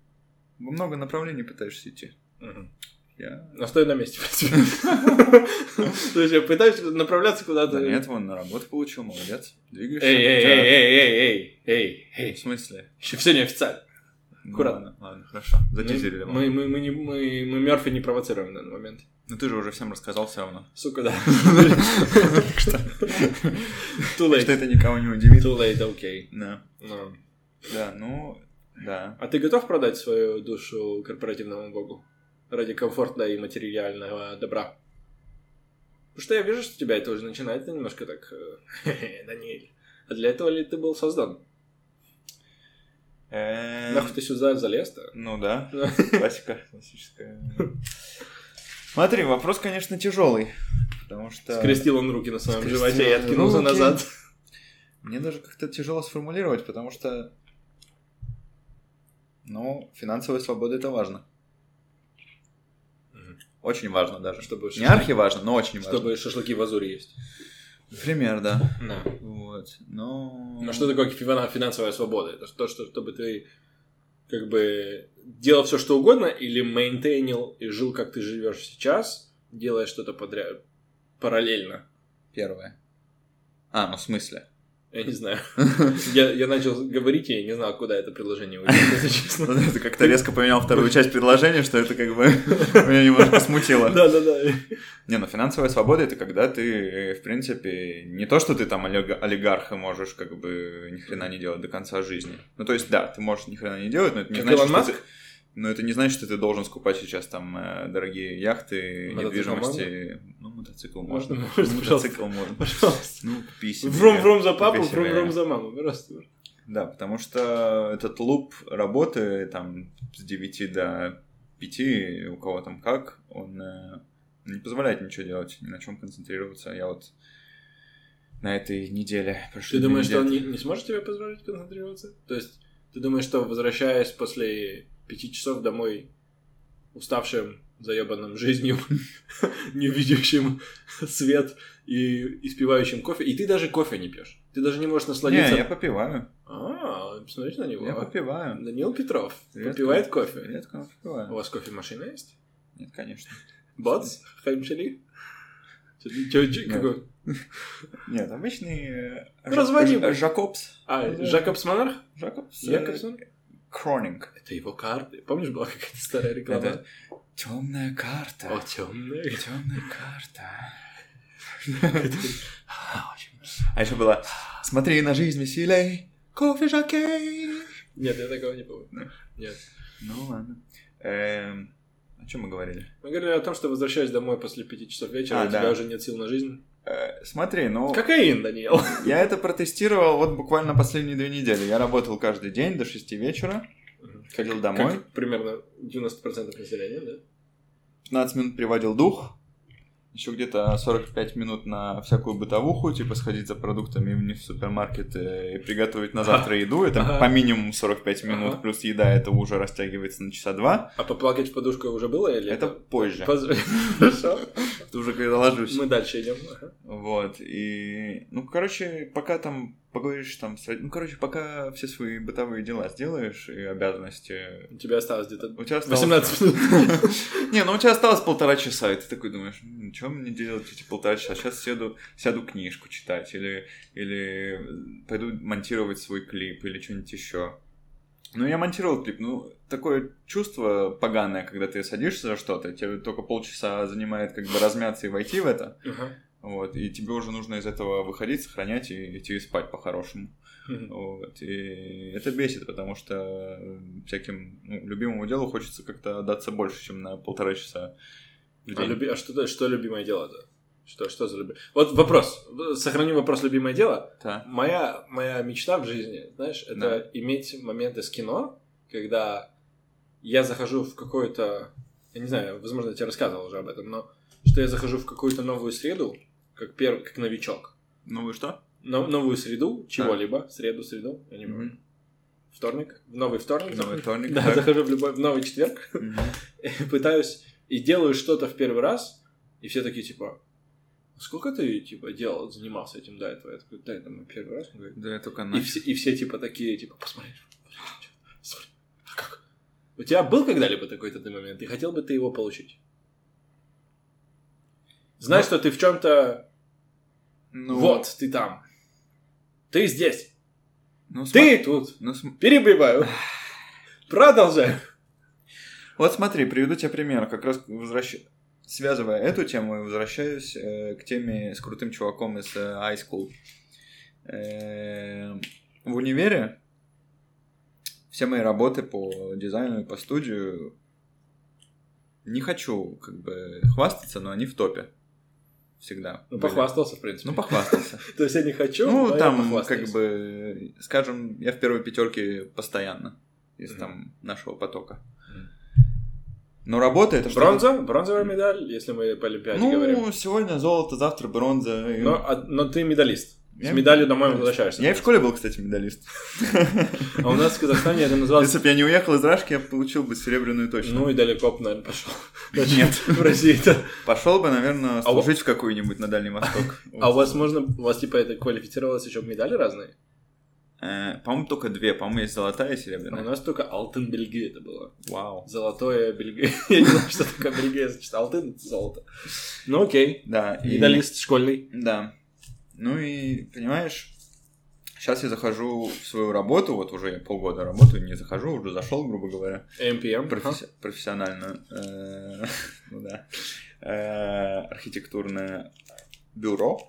во много направлений пытаешься идти. Мгм. Я... Но стой на месте. То есть я пытаюсь направляться куда-то. Да нет, вон на работу получил, молодец. Двигаешься. Эй, эй, Да. эй, эй, эй, эй, эй, В эй. смысле? Еще все неофициально. Ну, Аккуратно. Ладно, ладно, хорошо. Затизерили. ладно. Мы, мы, мы, не- мы, мы Мёрфи не провоцируем на данный момент. Ну ты же уже всем рассказал все равно. Сука, да. Так что Too что late. это никого не удивит. Too late, окей. Да. Ну. Да, ну, да. А ты готов продать свою душу корпоративному богу? Ради комфорта и материального добра? Потому что я вижу, что тебя это уже начинает немножко так... э, Даниэль, а для этого ли ты был создан? Э, Нахуй ты сюда залез-то? Ну да, Да. классика классическая. Смотри, вопрос, конечно, тяжелый. Потому что Скрестил он руки на своем Скрестил животе и откинулся руки. назад. мне даже как-то тяжело сформулировать, потому что, ну, финансовая свобода это важно. Мгм. Очень важно даже. Чтобы шашлыки- Не архи важно, но очень важно. Чтобы шашлыки в Азуре есть. Например, да. Да. Вот. Но... Ну что такое фи- финансовая свобода? Это то, что чтобы ты как бы делал все что угодно или мейнтейнил и жил, как ты живешь сейчас, делая что-то подряд параллельно. Первое. А, ну в смысле. Я не знаю. Я, я начал говорить, и я не знал, куда это предложение уйдет, если честно. Ты как-то резко поменял вторую часть предложения, что это как бы меня немножко смутило. Да-да-да. Не, ну финансовая свобода это когда ты, э, в принципе, не то, что ты там олига- олигарх и можешь как бы ни хрена не делать до конца жизни. Ну, то есть, да, ты можешь ни хрена не делать, но это не Как значит, Илон что Маск? ты... Но это не значит, что ты должен скупать сейчас там э, дорогие яхты, Мотоцикл недвижимости. Ну, мотоцикл можно. Можно, можно, Мотоцикл можно. Пожалуйста. Ну, купи себе. Врум-врум за папу, Купи себе. врум-врум за маму. Пожалуйста. Да, потому что этот луп работы там с 9 до 5, у кого там как, он э, не позволяет ничего делать, ни на чем концентрироваться. Я вот на этой неделе прошлой Ты две думаешь, что он недели- не, не сможет тебе позволить концентрироваться? То есть ты думаешь, что возвращаясь после пяти часов домой уставшим, заебанным жизнью, не видящим свет и испивающим кофе, и ты даже кофе не пьешь. Ты даже не можешь насладиться... Не, я попиваю. А, посмотришь на Я него. попиваю. Данил Петров Редко- попивает кофе. Редко но попиваю. У вас кофемашина есть? Нет, конечно. Бац? Хаймшели? Чё- Нет. какой? Нет, обычный... э, Ну, Жак- Разводим. Ж- Жакобс. А, Жакобс Монарх? Жакобс. э, Якобсон? Кронинг. Это его карты. Помнишь, была какая-то старая реклама? Это темная карта. О, темная. Темная карта. А еще было «Смотри на жизнь веселей, кофе жокей». Нет, я такого не помню. Да. Нет. Ну ладно. Эм, О чем мы говорили? Мы говорили о том, что возвращаясь домой после пяти часов вечера, А, у тебя да. уже нет сил на жизнь. Э, Смотри, ну, Кокаин, Даниил. я это протестировал вот буквально последние две недели. Я работал каждый день до 6 вечера, ходил домой, Как примерно 90% населения, да? 15 минут приводил дух, еще где-то 45 минут на всякую бытовуху, типа сходить за продуктами в- в супермаркет э, и приготовить на завтра еду. Это Ага. по минимуму 45 Ага. минут, плюс еда, это уже растягивается на часа два. А поплакать в подушку уже было или Это позже. Поз- Хорошо. Это уже когда ложусь. Мы дальше идем. Ага. Вот, и, ну, короче, пока там поговоришь там, с род- ну, короче, пока все свои бытовые дела сделаешь и обязанности, У тебя осталось где-то у тебя осталось... 18 минут. Не, ну у тебя осталось полтора часа, и ты такой думаешь, ничего мне делать эти полтора часа, сейчас сяду, сяду книжку читать, или, или э, пойду монтировать свой клип, или что-нибудь еще. Ну, я монтировал клип, ну, такое чувство поганое, когда ты садишься за что-то, тебе только полчаса занимает как бы размяться и войти в это, Ага. вот, и тебе уже нужно из этого выходить, сохранять и идти спать по-хорошему. Мгм. Вот, и это бесит, потому что э, всяким ну, любимому делу хочется как-то отдаться больше, чем на полтора часа в А, день. люби- а что, ты- что любимое дело-то? Что, что за любимое? Вот вопрос. Сохраню вопрос любимое дело. Да. Моя, моя мечта в жизни, знаешь, это Да. иметь моменты с кино, когда я захожу в какое-то... Я не знаю, возможно, я тебе рассказывал уже об этом, но что я захожу в какую-то новую среду, как, пер... как новичок. Ну вы что? Но- новую среду чего-либо, среду, среду, я не помню. Мгм. Вторник, в новый вторник. Новый вторник, Да, так. захожу в, любой, в новый четверг Мгм. пытаюсь и делаю что-то в первый раз, и все такие типа, сколько ты типа делал, занимался этим до этого? Я такой, да, это мой первый раз. Он говорит, Да, я только и на... все, и все типа такие, типа, посмотри, посмотри, а как? У тебя был когда-либо такой-то ты момент, и хотел бы ты его получить? Знай, что ты в чем-то... Ну, Вот, ты там. Ты здесь. ну, смо- Ты тут. ну, см- Перебиваю. Продолжай. Вот смотри, приведу тебе пример. Как раз возвращ... связывая эту тему, я возвращаюсь э, к теме с крутым чуваком из э, high school. Э, в универе все мои работы по дизайну и по студию не хочу как бы хвастаться, но они в топе. Всегда. Ну, были. похвастался, в принципе. Ну, похвастался. То есть я не хочу, но Ну, я там, похвастаюсь. как бы, скажем, я в первой пятерке постоянно из Мгм. там нашего потока. Мгм. Но работа это что-то- Бронза, бронзовая медаль, если мы по Олимпиаде Ну, говорим. сегодня золото, завтра бронза. И- Но, а- но ты медалист. Я- С медалью домой возвращаешься. Я и в школе был, кстати, медалист. А у нас в Казахстане это называлось... Если бы я не уехал из Рашки, я получил бы серебряную точно. Ну и далеко бы, наверное, пошел. Нет. В России-то. Пошел бы, наверное, А у- служить в какую-нибудь на Дальний Восток. А у вас можно... У вас, типа, это квалифицировалось еще в медали разные? Э, По-моему, только две. По-моему, есть золотая и А У серебряная. нас только Алтын Бельгия это было. Вау. Золотое Бельгия. Я не знаю, что такое Бельгия, значит, Алтын — это золото. Ну окей. Да. и- Медалист школьный. Да. Ну и, понимаешь, сейчас я захожу в свою работу, вот уже я полгода работаю, не захожу, уже зашел, грубо говоря, МПМ. професси- профессионально. э, Ну да. э, Архитектурное бюро.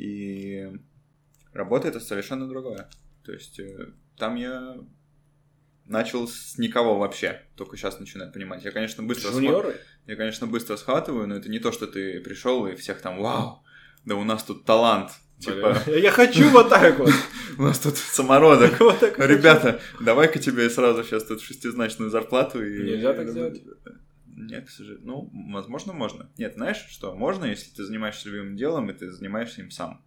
И работа это совершенно другое. То есть э, там я начал с никого вообще, только сейчас начинаю понимать. Я, конечно, А? быстро... схва- Жуниоры? я, конечно, быстро схватываю, но это не то, что ты пришел и всех там, вау, да у нас тут талант. Типа, Блин. Я хочу вот так вот. у нас тут самородок. Вот так вот. Ребята, давай-ка тебе сразу сейчас тут шестизначную зарплату. И... Нельзя так делать? Нет, к сожалению. Ну, возможно, можно. Нет, знаешь что? Можно, если ты занимаешься любимым делом, и ты занимаешься им сам,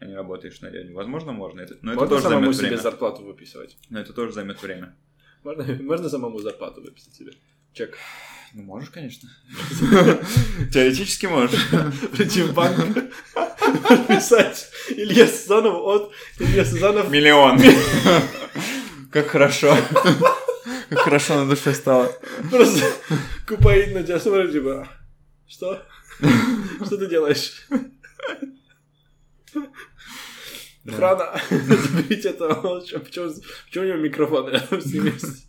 а не работаешь на дядю. Возможно, можно. Это... Но это Можно тоже займет самому себе время. зарплату выписывать? Но это тоже займет время. Можно, можно самому зарплату выписать себе? Чек. Ну, можешь, конечно. Теоретически можешь. Прийти в банк, писать Илья Сазанов от Илья Сазанов. Миллион. Как хорошо. Как хорошо на душе стало. Просто Купаин на тебя смотрит, типа, что? Что ты делаешь? Охрана, заберите этого молча. Почему, почему у него микрофон рядом с ним есть?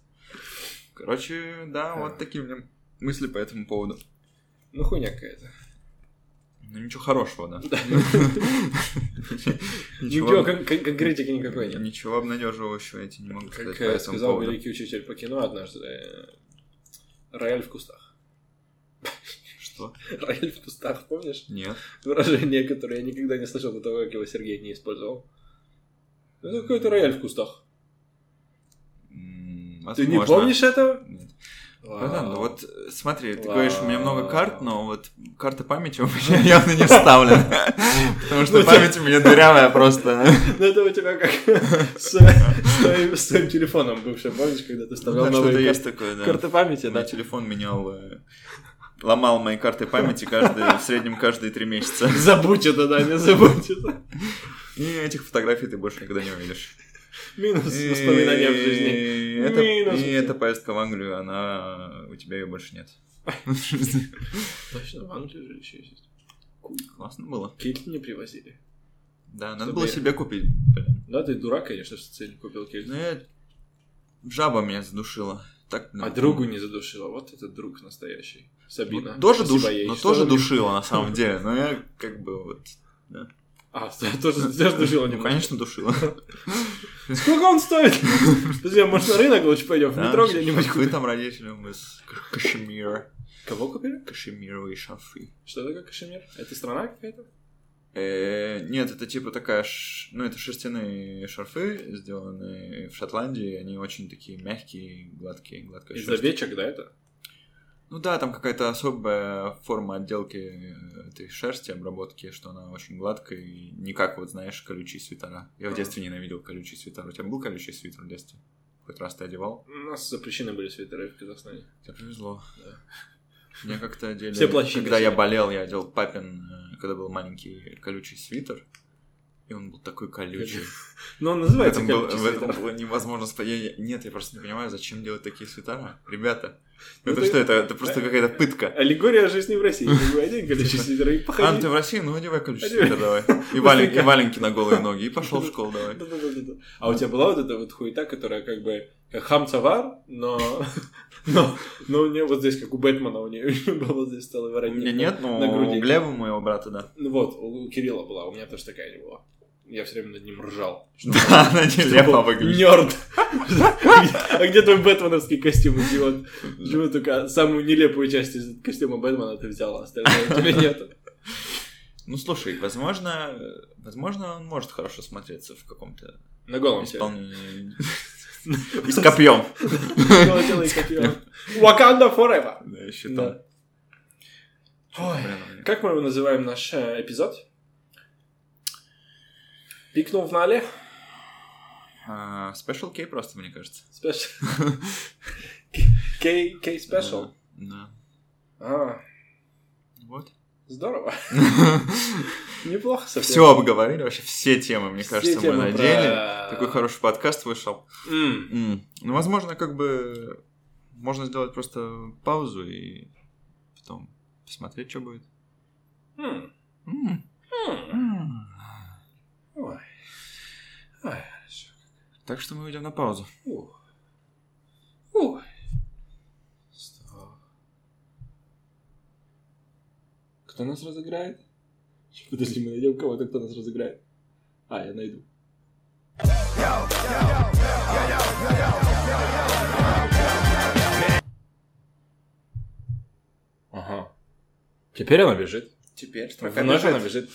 Короче, да, вот такие у меня мысли по этому поводу. Ну, хуйня какая-то. Ну, ничего хорошего, да. Ничего кон- кон- конкретики никакой нет. Ничего обнадеживающего я тебе не могу сказать Как по э, этому сказал поводу. великий учитель по кино однажды, э, рояль в кустах. Что? Рояль в кустах, помнишь? Нет. Выражение, которое я никогда не слышал до того, как его Сергей не использовал. Это какой-то рояль в кустах. М, Ты не возможно. помнишь этого? Нет. Братан, ну вот э, смотри, ты говоришь, у меня много Вау. карт, но вот карта памяти у меня явно не вставлена. Потому что Ну, память у меня дырявая просто. Ну это у тебя как с с твоим- с твоим телефоном бывшим, помнишь, когда ты вставлял Да, что-то новые есть кар- такое, да. карты памяти, У меня да? телефон менял, э, ломал мои карты памяти каждый, в среднем каждые три месяца. Забудь это, да, не забудь это. И этих фотографий ты больше никогда не увидишь. Минус воспоминания в жизни. И это- Минус. И эта поездка в Англию, она у тебя ее больше нет. Точно, в Англии же еще есть. Классно было. Кельт не привозили. Да, надо Чтобы было я- себе купить. Блин. Да, ты дурак, конечно, что ты не купил кельт. Ну, я- Жаба меня задушила. Так, ну, А другу не задушила. Вот это друг настоящий. ну, Сабина. Тоже Спасибо душ, ей, но что тоже вы- душила на самом деле. Но я как бы вот. А, тоже тоже душила Ну, немножко. конечно, душила. а Сколько он стоит? Подожди, а может на рынок лучше пойдем? В метро где-нибудь Вы там родителям из К- Кашемира. Кого купили? Кашемировые шафы. Что такое кашемир? Это страна какая-то? Э, Нет, это типа такая, ш- ну это шерстяные шарфы, сделанные в Шотландии, они очень такие мягкие, гладкие, гладкая Из шерсть. овечек, да, это? Ну да, там какая-то особая форма отделки э, этой шерсти, обработки, что она очень гладкая и не как вот знаешь колючие свитера. Я в Ага. детстве ненавидел колючий свитер. У тебя был колючий свитер в детстве? Хоть раз ты одевал? У нас запрещены были свитеры в Казахстане. Тебе повезло. Да. Мне как-то одели... Все плащи Когда я носили. болел, я одел папин, э, когда был маленький, колючий свитер. И он был такой колючий. Но Ну, он В называется этом, был- колючий в этом свитер. было невозможно... спо- я- я- Нет, я просто не понимаю, зачем делать такие свитера. Ребята, Это ты- что, это это э, просто какая-то пытка. Аллегория жизни в России. Надевай один колючий свитер и А, ну ты походи. в России, ну одевай колючий Одевай. свитер давай. И валенки, и Быстренько. валенки на голые ноги, и пошел в школу давай. Да-да-да-да. А у тебя была вот эта вот хуета, которая как бы как хамцевар, но... но... но у нее вот здесь, как у Бэтмена, у нее было здесь целый У воротник. меня нет, но на груди. у Глеба, моего брата, да. Ну вот, у Кирилла была, у меня тоже такая не была. Я все время над ним ржал. Да, она нелепо выглядит. Нерд! А где твой бэтменовский костюм, идиот? Почему только самую нелепую часть из костюма Бэтмена ты взял, а остальное у тебя нет? Ну слушай, возможно, э, возможно, он может хорошо смотреться в каком-то На голом тебе. исполнении. И с копьем. Голое тело и копье. Wakanda forever! Да, еще там. Да. Ой, Ой. блин, у меня- Как мы называем наш э, эпизод? Пикнул в нале? А, Special K просто, мне кажется. Спеш- Кей кей спешл. Да. А, Вот. здорово. Неплохо совсем. Все обговорили, вообще все темы, мне Все кажется, мы темы про- надели. Такой хороший подкаст вышел. М. М. Ну, возможно, как бы можно сделать просто паузу и потом посмотреть, что будет. М. М. М. М. Ой. Ай, Так что мы уйдем на паузу. ух. Ух. Что? Кто нас разыграет? Щас, Подожди, мы найдем кого-то, кто нас разыграет. А, я найду. Ага. Теперь она бежит. Теперь Вновь она бежит.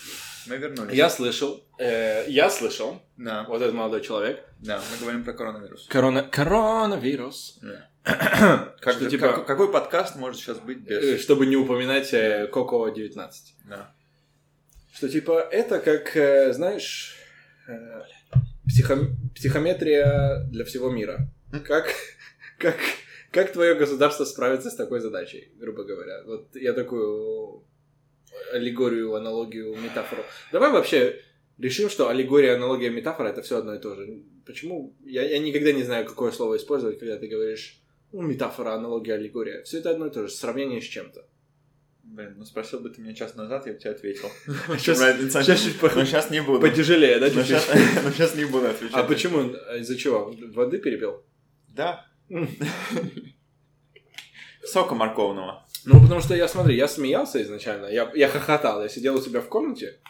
Мы вернулись. Я слышал, э, я слышал, Да, вот этот молодой человек. да, мы говорим про коронавирус. Корона... Коронавирус. Как Что, же- типа- как- какой подкаст может сейчас быть Э, без... Чтобы не упоминать э, Коко-19. Да. Что типа это как, э, знаешь, э, психом- психометрия для всего мира. Как, как, как твое государство справится с такой задачей, грубо говоря? Вот я такую аллегорию, аналогию, метафору. Давай вообще решим, что аллегория, аналогия, метафора это все одно и то же. Почему? Я, я никогда не знаю, какое слово использовать, когда ты говоришь ну, метафора, аналогия, аллегория. Все это одно и то же. Сравнение с чем-то. Блин, ну спросил бы ты меня час назад, я бы тебе ответил. Сейчас- Разница. сейчас чуть по- Но сейчас не буду. Ну, Потяжелее, да, Но чуть-чуть? сейчас не буду отвечать. А почему? Из-за чего? Воды перепил? Да. Сока морковного. Ну, потому что я, смотри, я смеялся изначально, я, я хохотал, я сидел у тебя в комнате,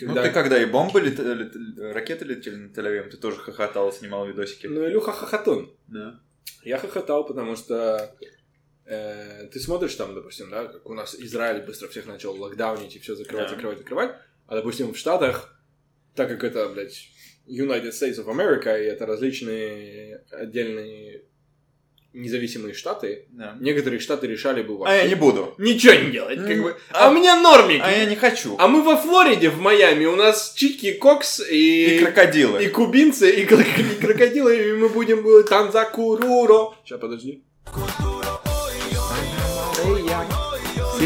Ну когда- ты когда и бомбы, лет- лет- ракеты летели на тель ты тоже хохотал, снимал видосики. ну, Илюха хохотун. Да. Я хохотал, потому что э, ты смотришь там, допустим, да, как у нас Израиль быстро всех начал локдаунить и все закрывать, Да. закрывать, закрывать, а, допустим, в Штатах, так как это, блядь, United States of America, и это различные отдельные независимые штаты, Да. некоторые штаты решали бы А вообще... я не буду. Ничего не делать, как М, бы. а- А, у меня нормик! А я не хочу. А мы во Флориде, в Майами, у нас Чики, Кокс и... И И крокодилы. кубинцы, и, крок- и крокодилы, и мы будем э, танзакуруро. Сейчас, подожди.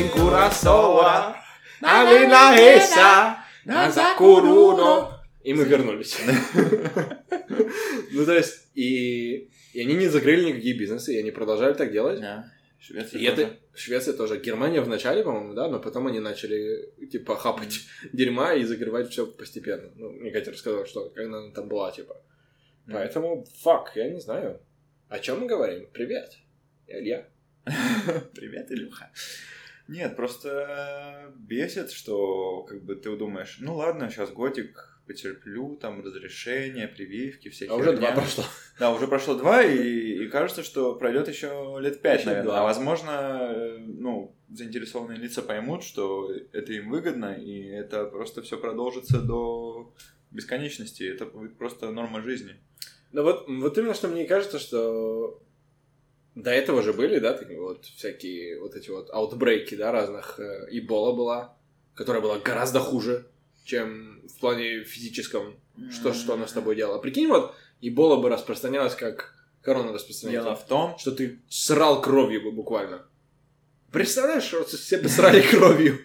Синкурасоа, алинаэса, танзакуруро. И мы вернулись. Ну, то есть, и... И они не закрыли никакие бизнесы, и они продолжали так делать. Да. Швеция И это тоже. Швеция тоже. Германия вначале, по-моему, да, но потом они начали, типа, хапать дерьма и закрывать все постепенно. Ну, мне Катя рассказала, что когда она там была, типа. Мгм. Поэтому, фак, я не знаю. О чем мы говорим? Привет. Я Илья. Привет, Илюха. Нет, просто бесит, что как бы ты думаешь, ну ладно, сейчас годик потерплю, там разрешение, прививки, всякие. А уже два прошло. Да, уже прошло два, и, и кажется, что пройдет еще лет пять, Еще наверное. два. А возможно, э, ну, заинтересованные лица поймут, что это им выгодно, и это просто все продолжится до бесконечности. Это будет просто норма жизни. Ну вот, вот именно что мне кажется, что до этого же были, да, такие вот всякие вот эти вот аутбрейки, да, разных. Э, Эбола была, которая была гораздо хуже, чем в плане физическом. Что, что она с тобой делала? Прикинь, вот Эбола бы распространялась, как корона Дело распространяется. в том, Что ты срал кровью бы буквально. Представляешь, вот все бы срали кровью.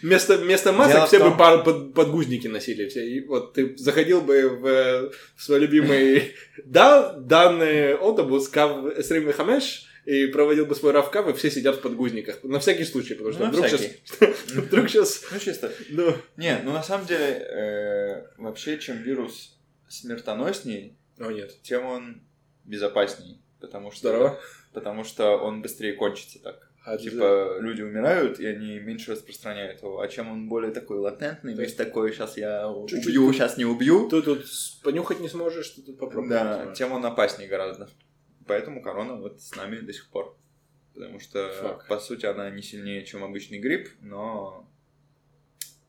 Вместо, вместо масок Дело в все том- бы пар- под- подгузники носили. Все. И вот ты заходил бы в, э, в свой любимый да, данный автобус кав с Римой Хамеш, и проводил бы свой равкав, и все сидят в подгузниках. На всякий случай, потому что Ну, на вдруг сейчас... всякий. Вдруг сейчас... Ну, чисто. Ну, Не, ну на самом деле, э, вообще, чем вирус смертоносней, о нет. тем он безопасней. Потому что, Здорово. Потому что он быстрее кончится так. А, Типа, люди умирают, и они меньше распространяют его. А чем он более такой латентный, То весь есть- такой, сейчас я Чуть-чуть убью, пу- сейчас не убью, Ты тут с- понюхать не сможешь, ты тут попробовать не да, сможешь. тем он опаснее гораздо. Поэтому корона вот с нами до сих пор. Потому что, Фак. по сути, она не сильнее, чем обычный грипп, но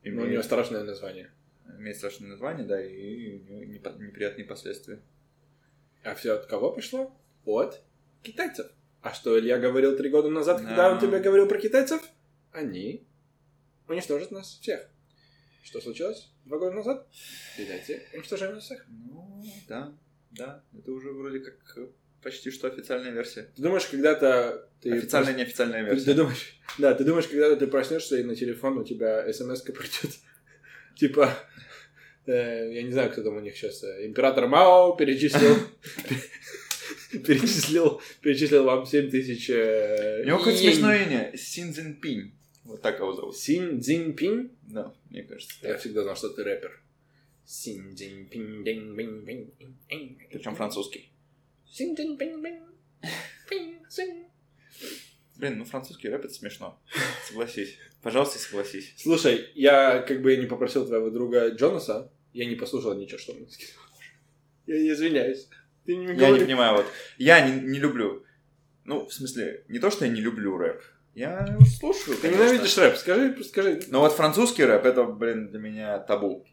Но ну, у нее имеет, страшное название. имеет страшное название, да, и у нее непо- неприятные последствия. А все от кого пошло? От китайцев. А что Илья говорил три года назад, Да. когда он тебе говорил про китайцев? Они уничтожат нас всех. Что случилось два года назад? Китайцы уничтожают нас всех. Ну, да, да, это уже вроде как э, почти что официальная версия. Ты думаешь, когда-то ты... официальная, неофициальная прос- ты версия. думаешь, да, ты думаешь, когда ты проснешься и на телефон у тебя смс-ка придет, типа, э, я не знаю, кто там у них сейчас, э, император Мао перечислил, перечислил, перечислил вам 7000 У э, него какое-то иен. смешное имя. Син Цзиньпинь. Вот так его зовут. Синь Цзиньпин? Да, мне кажется. Я всегда знал, что ты рэпер. Синь Цзиньпин, динь, бинь, бинь, бинь, бинь. Причем французский. Синь Цзиньпин, бинь, бинь, синь. Блин, ну французский рэп это смешно. Согласись. Пожалуйста, согласись. Слушай, я как бы не попросил твоего друга Джонаса, я не послушал ничего, что он мне сказал. Я извиняюсь. Ты не Я не говори. понимаю, вот. Я не, не люблю. Ну, в смысле, не то, что я не люблю рэп. Я его слушаю, Ты конечно. ненавидишь рэп, скажи, просто скажи. Но вот французский рэп, это, блин, для меня табу.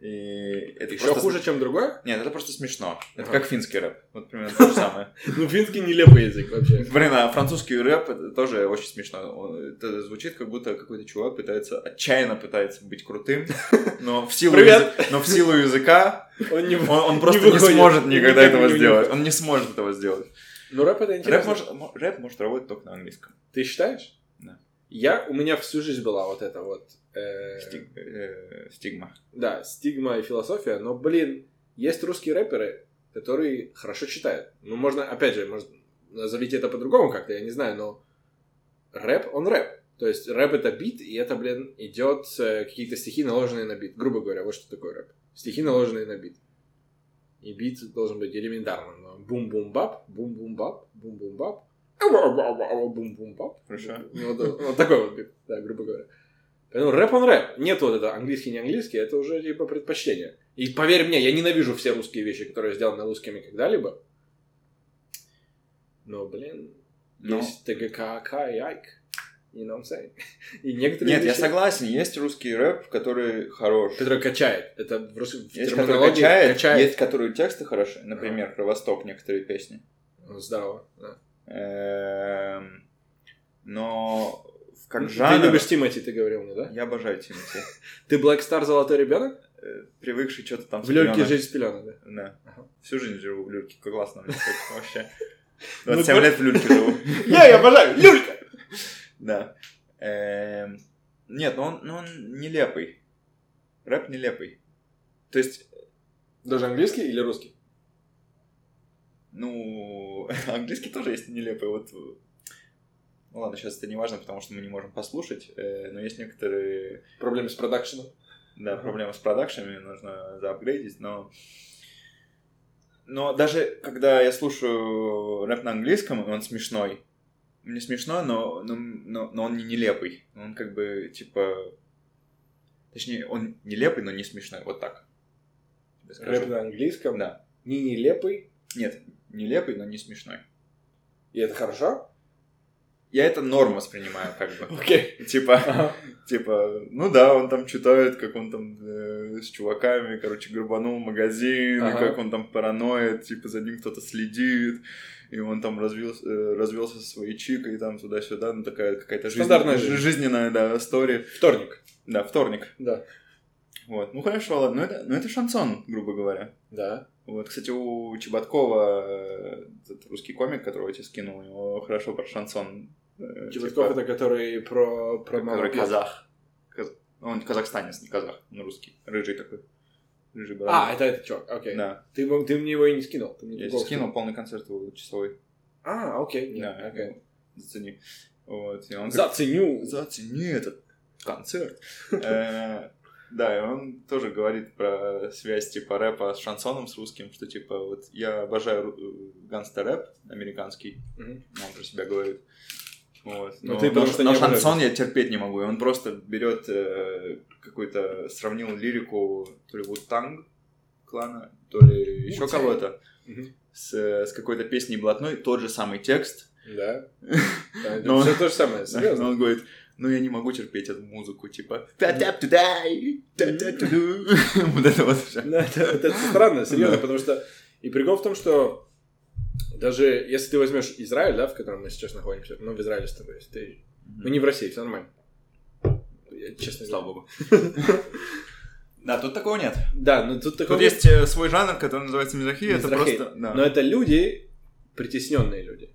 И это Еще просто- хуже, чем другое? Нет, это просто смешно. Это Ага. как финский рэп. Вот примерно то же самое. Ну, финский нелепый язык вообще. Блин, а французский рэп это тоже очень смешно. Он- Это звучит, как будто какой-то чувак пытается, отчаянно пытается быть крутым, но в силу, Привет! язы- но в силу языка Он не... он, он просто не, выходит. сможет никогда Никак этого не сделать. Он не сможет этого сделать. Ну, рэп это интересно. Рэп может, мо- рэп может работать только на английском. Ты считаешь? Да. Я, у меня всю жизнь была вот эта вот... э, Стиг- э, стигма. Да, стигма и философия, но, блин, есть русские рэперы, которые хорошо читают. Ну, можно, опять же, может, назовите это по-другому как-то, я не знаю, но рэп, он рэп. То есть рэп это бит, и это, блин, идет э, какие-то стихи, наложенные на бит. Грубо говоря, вот что такое рэп. Стихи, наложенные на бит. И бит должен быть элементарным. но Бум-бум-бап, бум-бум-бап, бум-бум-бап, ау-ау-ау-ау, бум-бум-бап. Хорошо. Ну, вот, это- вот такой вот бит, да, грубо говоря. Поэтому Ну, рэп он рэп. Нет вот это английский, не английский, это уже типа предпочтение. И поверь мне, я ненавижу все русские вещи, которые сделаны русскими когда-либо. Но, блин, Но- есть ТГКК и Айк. You know what I'm saying? И некоторые Нет, я вещи, согласен, есть русский рэп, который хорош. Который качает. Это в, рус... в Есть, который терминологии качает, есть, которые тексты хороши. Например, Кровосток некоторые песни. Ну, Здорово. да. Эм, Но в- как Ты жанр... любишь Тимати, ты говорил мне, да? Я обожаю Тимати. Ты Black Star золотой ребенок? Э, Привыкший что-то там... с В легкий пелёнок. жизнь с пелёнок», да? Да. Ага. Всю жизнь живу в люльке. Как классно мне так вообще. Ну, 27 да. лет в люльке живу. Я её обожаю! Люлька! Да. Эм, Нет, но он, но он нелепый. Рэп нелепый. То есть, Даже английский или русский? ну, английский тоже есть нелепый. Вот, э, ну ладно, сейчас это не важно, потому что мы не можем послушать, э, но есть некоторые Проблемы с продакшеном. Да, Ага. проблема с продакшами, нужно заапгрейдить, но... Но даже когда я слушаю рэп на английском, он смешной. Мне смешно, но, но, но, но он не нелепый. Он как бы, типа... Точнее, он нелепый, но не смешной. Вот так. Я скажу. Рэп на английском. Да. Не нелепый. Нет, нелепый, но не смешной. И это хорошо? Я это норм воспринимаю, как бы. Окей. Типа... Ага. Типа, ну да, он там читает, как он там э, с чуваками, короче, грабанул магазин, и Ага. как он там параноид, типа за ним кто-то следит, и он там развелся, э, развелся со своей чикой, там туда-сюда, ну такая какая-то жизнь- Стандартная ж- жизнь. жизненная, да, история. Вторник. Да, вторник. Да. Вот, ну хорошо, ладно, но это, но это шансон, грубо говоря. Да. Вот, кстати, у Чеботкова, э, этот русский комик, которого я тебе скинул, у него хорошо про шансон. э, Чебатков типа- это который про... про который молоко. казах. Каз- ну, Он казахстанец, не казах, он русский. Рыжий такой. Рыжий А, бородатый. это этот чувак, окей. да. Ты, ему- ты мне его и не скинул. Ты мне Я другого скинул полный концерт его часовой. А, окей. Да, окей. Зацени. Вот, и он такой, Заценю. Зацени этот концерт. Э, Да, и он тоже говорит про связь типа рэпа с шансоном, с русским, что типа вот я обожаю ру- э, гангстер-рэп американский, Мгм. он про себя говорит. Вот. Ну, Но, ты но- потому что но не шансон я терпеть не могу. И он просто берет э, какую-то, сравнил лирику то ли Вутанг клана, то ли еще Wu-Tang. кого-то Мгм. с, э, с какой-то песней блатной, тот же самый текст, Да. Но- Все то же самое, серьезно. Но он говорит, ну я не могу терпеть эту музыку, типа «Та-тап-ту-дай, та-та-ту-ду». Вот это вот всё. Да, это, это странно, серьезно, Да. потому что... И прикол в том, что даже если ты возьмешь Израиль, да, в котором мы сейчас находимся, ну, в Израиле с тобой, если ты... Ну, не в России, все нормально. Я, честно Слава говоря. богу. Да, тут такого нет. Да, но тут такой... Тут есть э, свой жанр, который называется мизохия, это Мизрахей. просто... да. Но это люди, притесненные люди,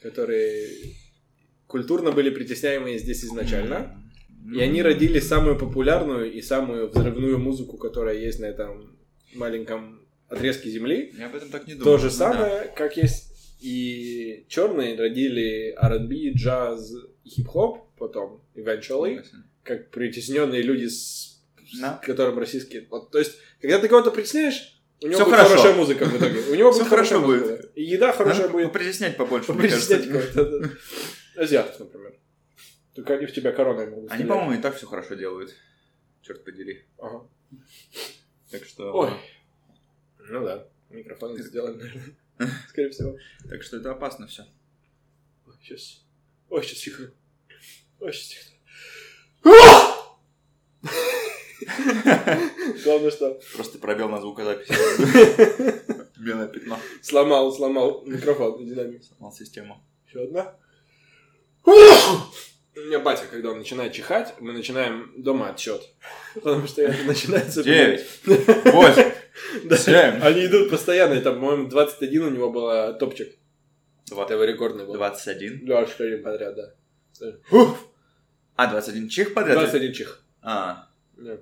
которые культурно были притесняемые здесь изначально. И они родили самую популярную и самую взрывную музыку, которая есть на этом маленьком отрезке земли. Я об этом так не думал. То же самое, как есть и черные родили R&B, джаз и хип-хоп потом, eventually, как притесненные люди, с, с Да. которым российские... Вот, то есть, когда ты кого-то притесняешь, у него Всё будет хорошо. хорошая музыка в итоге. У него Всё будет хорошая хорошо будет. музыка. И еда хорошая будет. Притеснять побольше, мне кажется. Притеснять кого-то. да. Азиатов, например. Только они в тебя короной могут Они, стрелять. по-моему, и так все хорошо делают. Черт подери. Ага. Так что... Ой. Ну да, микрофон не сделали, наверное. Скорее всего. Так что это опасно все. Ой, сейчас. Ой, сейчас тихо. Ой, сейчас тихо. Главное, что Просто пробел на звукозаписи. Белое пятно. сломал, сломал микрофон и динамик. Сломал систему. Еще одна. У меня батя, когда он начинает чихать, мы начинаем дома отсчет. Потому что это начинается... Девять, восемь, Да. семь, Они идут постоянно, и там, по-моему, 21 у него было топчик. Два- Это его рекордный был. двадцать один. 21 подряд, да. А, двадцать один чих подряд? 21 чих. А, Да.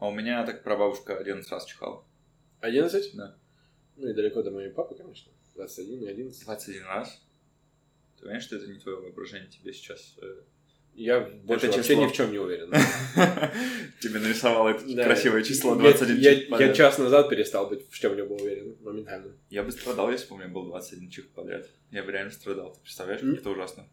а у меня так прабабушка 11 раз чихала. 11? Да. Ну и далеко до моей папы, конечно. 21 и 11. 21 раз? Ты понимаешь, что это не твое воображение тебе сейчас? э, Я больше Это вообще число. ни в чем не уверен. Тебе нарисовало это Да. красивое число Я- 21 я, чих я подряд. час назад перестал быть в чем-либо уверен моментально. Я бы страдал, если бы у меня был 21 чих подряд. Я бы реально страдал. Ты представляешь, М. как это ужасно.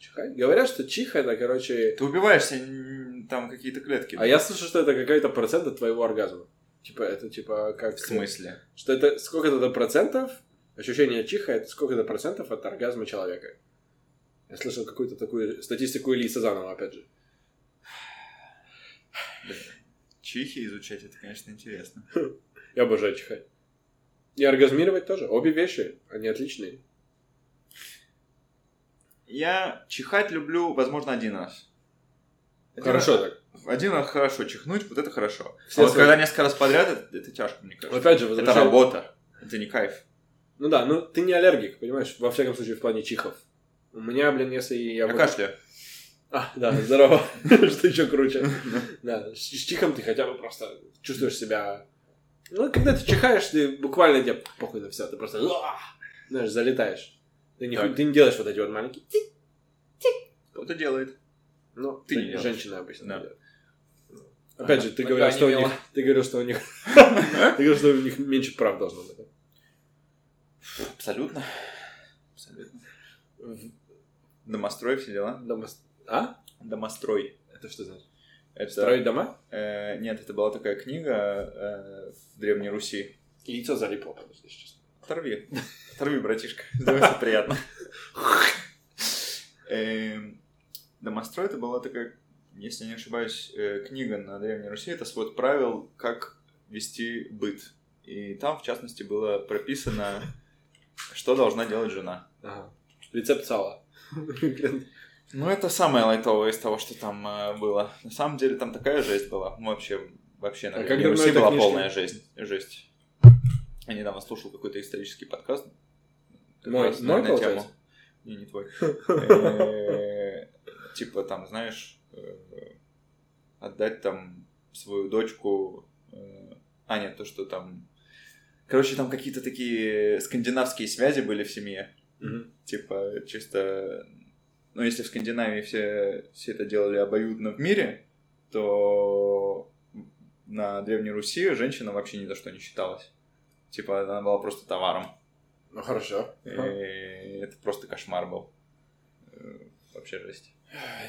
Чихать? Говорят, что чих это, короче... Ты убиваешься, м, там какие-то клетки. А я слышу, что это какой-то процент от твоего оргазма. Типа, это типа как... В смысле? Что это сколько-то до процентов, ощущение чиха, это сколько-то процентов от оргазма человека. Я слышал какую-то такую статистику Ильи Сазанова, опять же. Чихи изучать, это, конечно, интересно. Я обожаю чихать. И оргазмировать тоже. Обе вещи, они отличные. Я чихать люблю, возможно, один раз. Один Хорошо раз- так. Один раз хорошо чихнуть, вот это хорошо. Все а вот свои. когда несколько раз подряд, это, это тяжко, мне кажется. Опять же, это возвращаем- работа. Это не кайф. Ну да, ну ты не аллергик, понимаешь, во всяком случае, в плане чихов. У меня, блин, если я... Я вот- кашляю. А, да, здорово, что еще круче. Да, с с чихом ты хотя бы просто чувствуешь себя... Ну, когда ты чихаешь, ты буквально тебе похуй на все, ты просто... «Уа!» Знаешь, залетаешь. Ты не, Так. ху- ты не делаешь вот эти вот маленькие... «тик». Кто-то делает. Ну, Ты ты не делаешь. женщина обычно. Да. делает. Опять же, ты Ага. говорил, Пока что не у них... вела. Ты говорил, что у них... Ты говорил, что у них меньше прав должно быть. Абсолютно. Абсолютно. В- Домострой, все дела. дома- А? Домострой. Это что значит? Это, Строить дома? э, нет, это была такая книга э, в Древней Руси. Яйцо залипло, подожди, сейчас. Оторви. Оторви, братишка. Сделай себе приятно. Эм, Домострой это была такая, если я не ошибаюсь, э, книга на Древней Руси. Это свод правил, как вести быт. И там, в частности, было прописано, что должна делать жена. Ага. Рецепт сала. Ну, это самое лайтовое из того, что там э, было. На самом деле, там такая жесть была. Ну, Вообще, вообще на А как Древней давно Руси эта была книжка? полная жесть. жесть. Я недавно слушал какой-то исторический подкаст. Как Мой- раз на- мой на тему. получается? Не, не твой. Э, Типа там, знаешь, э, отдать там свою дочку... э, А, нет, то, что там... Короче, там какие-то такие скандинавские связи были в семье. Мгм. Типа, чисто... Ну, если в Скандинавии все, все это делали обоюдно в мире, то на Древней Руси женщина вообще ни за что не считалась. Типа, она была просто товаром. Ну хорошо. И Э, это просто кошмар был. Э, Вообще жесть.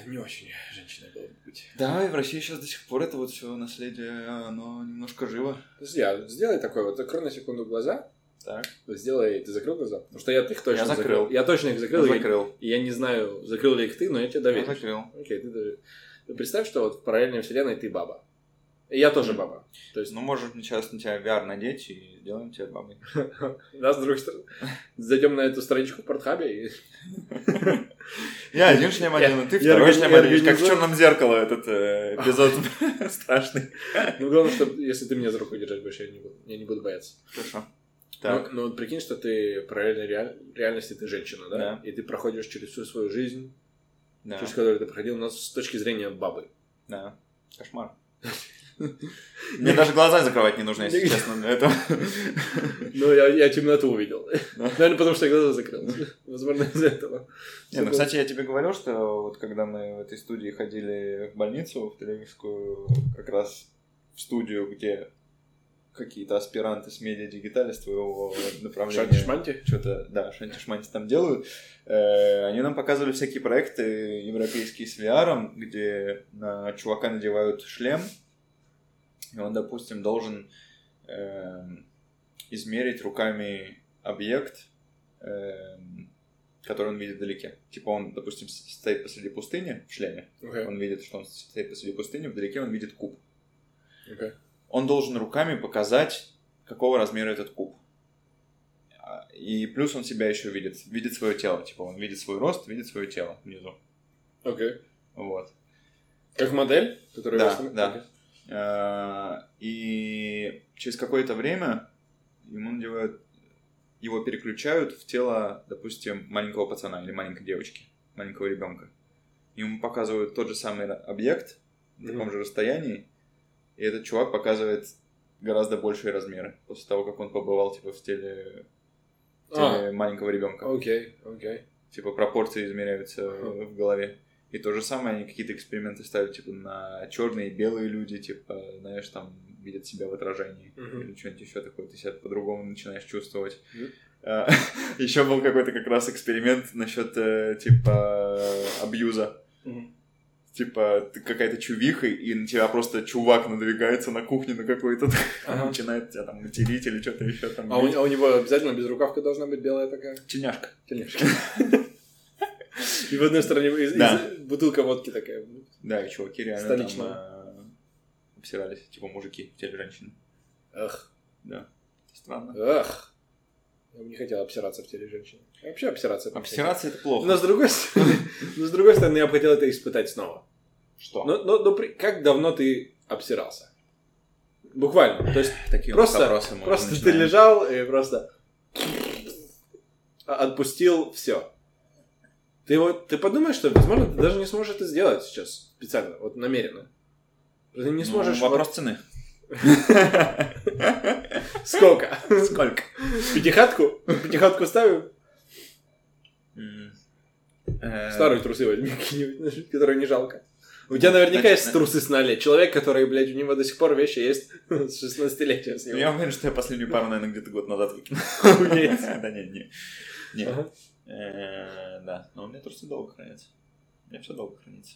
Не очень женщина была бы быть. Да, и в России сейчас до сих пор это вот все наследие, оно немножко живо. Подожди, а сделай такое вот, закрой на секунду глаза, Так, сделай, ты закрыл глаза? Потому что я их точно Я закрыл. Я точно их закрыл, закрыл. и- и я не знаю, закрыл ли их ты, но я тебе доверю. закрыл. Окей, ты даже... Ты представь, что вот в параллельной вселенной ты баба. И я тоже баба. То есть Ну, может, сейчас на тебя VR надеть и сделаем тебя бабой. нас с другой стороны. Зайдем на эту страничку в портхабе и... Я один шлем одену, ты я второй органи- шлем я оденешь, как в организую. черном зеркало этот э, эпизод страшный. Ну, главное, что если ты меня за руку держать больше, я не буду, я не буду бояться. Хорошо. Ну, Так, ну, вот прикинь, что ты в параллельной реаль- реальности ты женщина, да? Да. И ты проходишь через всю свою жизнь, да, через которую ты проходил, но с точки зрения бабы. да. Кошмар. Мне даже глаза закрывать не нужно, если Нигде. честно, для этого. Ну, я, я темноту увидел. Да. Наверное, потому что я глаза закрыл. Возможно, из-за этого. Не, ну, кстати, я тебе говорил, что вот когда мы в этой студии ходили в больницу, в Тель-Авивскую, как раз в студию, где какие-то аспиранты с медиа-дигитали с твоего направления. Шанти-шманти? что-то, да, Шантишманти там делают. Э, Они нам показывали всякие проекты европейские с VR, где на чувака надевают шлем, и он, допустим, должен эм, измерить руками объект, эм, который он видит вдалеке. Типа он, допустим, с- стоит посреди пустыни в шлеме, Окей, он видит, что он стоит посреди пустыни, вдалеке он видит куб. окей. Он должен руками показать, какого размера этот куб. А, И плюс он себя еще видит, видит свое тело, типа он видит свой рост, видит свое тело внизу, Окей. вот. Как модель, которая... Да, вышла- да. Окей. Э, И через какое-то время ему надевают, его переключают в тело, допустим, маленького пацана или маленькой девочки, маленького ребенка. Ему показывают тот же самый ра- объект на таком Мгм. же расстоянии, и этот чувак показывает гораздо большие размеры после того, как он побывал типа в теле, в А, теле маленького ребенка. окей, окей. Типа пропорции измеряются э, Ага. в голове. И то же самое они какие-то эксперименты ставят, типа на черные и белые люди, типа, знаешь, там видят себя в отражении Мгм. или что-нибудь еще такое, ты себя по-другому начинаешь чувствовать. Мгм. Еще был какой-то как раз эксперимент насчет типа абьюза. Типа, ты какая-то чувиха, и на тебя просто чувак надвигается на кухне на какой-то, Ага. начинает тебя там материть или что-то еще там. А у, а у него обязательно безрукавка должна быть белая такая? Тельняшка. Тельняшка. И в одной стороне из- из- Да. бутылка водки такая. Да, и чуваки реально Столичные. там, э, обсирались, типа мужики в теле женщины. Ах, Странно. ах. Я бы не хотел обсираться в теле женщины. Я Вообще обсираться. это не Обсираться это хотел. плохо. Но с другой стороны, но с другой стороны, я бы хотел это испытать снова. Что? Но, но- но при- как давно ты обсирался? Буквально. То есть Такие просто- вопросы мы просто ты начинаем. лежал и просто а- отпустил все. Ты вот ты подумаешь, что возможно ты даже не сможешь это сделать сейчас специально, вот намеренно. Ты не Ну, сможешь. вопрос цены. вот сколько? Сколько? Пятихатку? Пятихатку ставим? М. Э, Старые трусы возьми какие-нибудь, которые не жалко. У Ну, тебя наверняка есть трусы с ноля. Человек, который, блядь, у него до сих пор вещи есть с 16-летия с ну, него. Я уверен, что я последнюю пару, наверное, где-то год назад выкинул. Охуеть. Да нет, нет. Нет. Ага. Э, Да, но у меня трусы долго хранятся. У меня все долго хранится.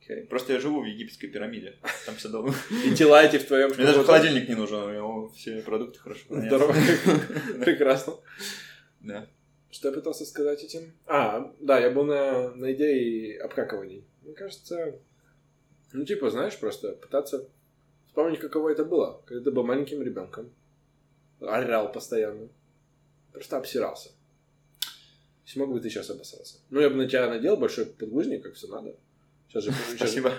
Окей. Просто я живу в египетской пирамиде. Там все долго. И тела эти в твоем Мне даже холодильник не нужен, у него все продукты хорошо хранятся. Здорово. Прекрасно. Да. Что я пытался сказать этим? А, да, я был на, на идее обкакиваний. Мне кажется, ну типа, знаешь, просто пытаться вспомнить, каково это было, когда ты был маленьким ребенком, орал постоянно, просто обсирался. Смог бы ты сейчас обосраться? Ну, я бы на тебя надел большой подгузник, как все надо. Сейчас же... сейчас же- Спасибо.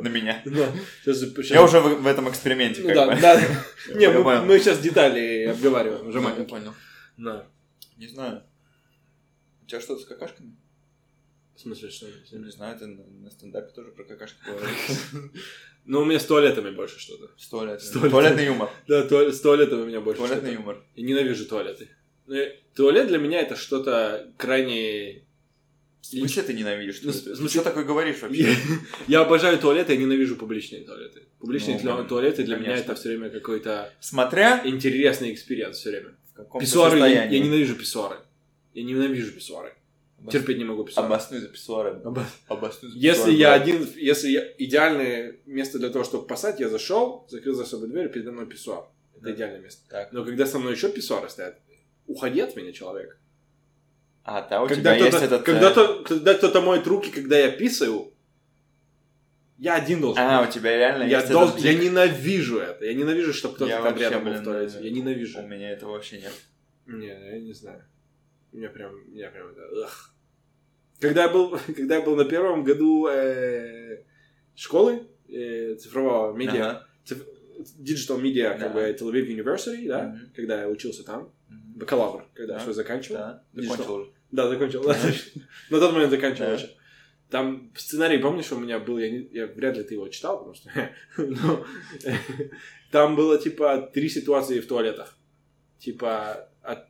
На меня. Да, сейчас же- сейчас Я же- уже в, в этом эксперименте, Ну как да, бы. да. Не, Я мы, понял. мы сейчас детали обговариваем, уже Нажимай. маленький. понял. Да. Не знаю. У тебя что-то с какашками? В смысле, что? Я не знаю, ты на, на стендапе тоже про какашки говорил. Ну, у меня с туалетами больше что-то. С туалетами. С туалетами. Туалетный юмор. Да, туалет, с туалетом у меня больше. Туалетный что-то. юмор. Я ненавижу туалеты. Э, Туалет для меня это что-то крайне... В смысле ты ненавидишь? Ну, туалеты? в Ты смысле- что такое говоришь вообще? Я обожаю туалеты, я ненавижу публичные туалеты. Публичные Ну, тля- да, туалеты для меня конечно. это все время какой-то Смотря интересный экспириенс все время. в каком Писсуары, я, состоянии. я ненавижу писсуары. Я ненавижу писсуары. Обос- Терпеть не могу писсуары. Обоснуй за писсуаром. Обос- Обоснуй за Если писсуаром. я один, если я идеальное место для того, чтобы пасать, я зашел, закрыл за собой дверь, передо мной писсуар. Это Да. идеальное место. Так. Но когда со мной еще писсуары стоят, уходи от меня, человек. А, да, у Когда тебя кто-то, есть этот... когда, э, то- когда кто-то моет руки, когда я писаю, я один должен. А, у тебя реально я, есть долж- этот я дик. ненавижу это. Я ненавижу, чтобы кто-то Я там вообще, рядом был блин, в туалете. э, Я ненавижу. У меня этого вообще нет. Не, ну, я не знаю. Меня прям, меня прям это. эх. Когда я был, когда я был на первом году э, школы э, цифрового медиа, Ага. циф- digital media, Да. как бы Tel Aviv University, да, Мгм. когда я учился там, Мгм. бакалавр, когда Да. все заканчивал. Да, Digital. закончил уже. Да, закончил. да. Мгм. На тот момент заканчивал Да. еще. Там сценарий, помнишь, у меня был, я, не- я вряд ли ты его читал, потому что... но, э, Там было, типа, три ситуации в туалетах. Типа, от,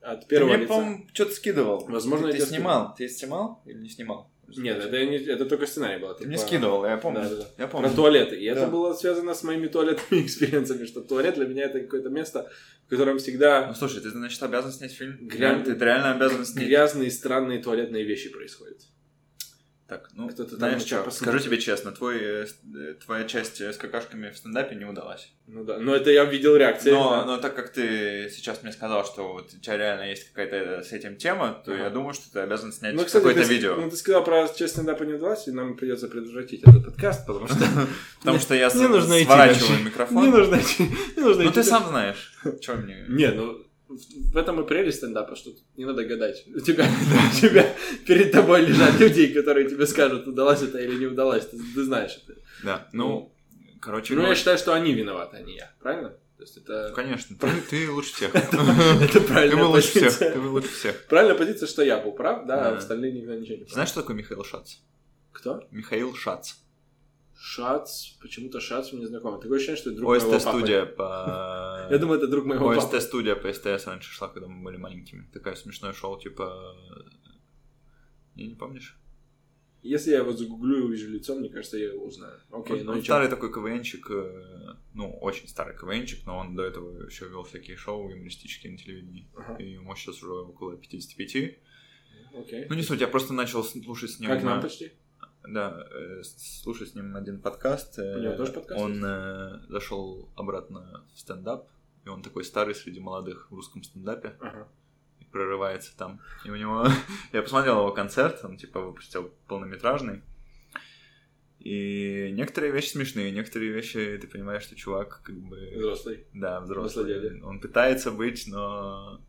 от Ты первого мне, лица... по-моему, что-то скидывал. Возможно, ты, я ты тебе снимал. Ты снимал или не снимал? Нет, это, я не- это только сценарий был. Ты мне скидывал, я помню. Да, да, да. Я помню. Про туалеты. И это Да. было связано с моими туалетными экспириенсами, что туалет для меня это какое-то место, в котором всегда Ну слушай, ты значит обязан снять фильм? Грязь. Ты реально обязан снять. грязные, странные туалетные вещи происходят. Так, ну Кто-то там знаешь еще что, посмотрит. скажу тебе честно, твой, э, с- э, твоя часть э, с какашками в стендапе не удалась. Ну да, но это я видел реакции. Но, но так как ты сейчас мне сказал, что вот у тебя реально есть какая-то э, с этим тема, то Ага. я думаю, что ты обязан снять Ну, кстати, какое-то ты, видео. Ну, ты сказал про «Честь стендапа не удалась», и нам придется предотвратить этот подкаст, потому что... Потому что я с- не нужно идти сворачиваю дальше. микрофон. Не нужно идти. Не нужно Ну идти. ты сам знаешь, что мне... Не, ну, в в этом и прелесть стендапа, что тут не надо гадать. У тебя, у тебя перед тобой лежат люди, которые тебе скажут, удалась это или не удалась. Ты, ты знаешь это. Да, ну, короче Ну, я говоря, считаю, что они виноваты, а не я. Правильно? То есть это... конечно, ты- ты лучше всех. Это Ты был правильная лучше всех, позиция. ты был лучше всех. Правильная позиция, что я был прав, да, а Да. остальные никто ничего не прав. Знаешь, что такое Михаил Шац? Кто? Михаил Шац. Шац. Почему-то Шац мне знаком. Такое ощущение, что это друг моего ОСТ папы. студия по... Я думаю, это друг моего папы. ОСТ студия по СТС раньше шла, когда мы были маленькими. Такое смешное шоу, типа... Я не помнишь? Если я его загуглю и увижу лицо, мне кажется, я его узнаю. Окей, Он- ну он и чё? старый такой КВНчик, э, ну, очень старый КВНчик, но он до этого еще вел всякие шоу юмористические на телевидении. Ага, И ему сейчас уже около 55. Окей. Ну, не суть, я просто начал слушать с ним... Как нам э, почти? Да, э, с- слушать с ним один подкаст. э, У него тоже подкаст Он э, зашел обратно в стендап, и он такой старый среди молодых в русском стендапе, Ага. и прорывается там. И у него... Я посмотрел его концерт, он типа выпустил полнометражный. И некоторые вещи смешные, некоторые вещи ты понимаешь, что чувак как бы... Взрослый. Да, Взрослый взрослый. дядя. Он пытается быть, но...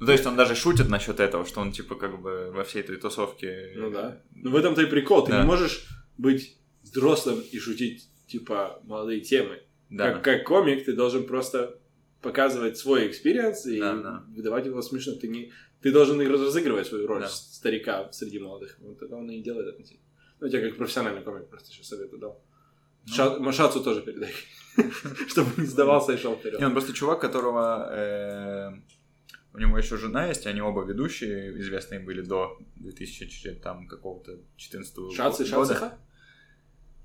Ну, то есть он даже шутит насчет этого, что он типа как бы во всей этой тусовке... Ну да. Ну в этом-то и прикол. Ты Э, Да. не можешь быть взрослым и шутить, типа, молодые темы. Да. Как, как комик ты должен просто показывать свой экспириенс и Да, да. выдавать его смешно. Ты, не, ты должен и разыгрывать свою роль Да. с- старика среди молодых. Вот это он и делает относительно. Ну, я тебе как профессиональный комик просто сейчас советую дал. Ну. Ша- Машацу тоже передай. Чтобы не сдавался и шел Не, вперед. он просто чувак, которого... э, у него еще жена есть, и они оба ведущие, известные были до 2000 там какого-то 14 Шац и года. Шацеха?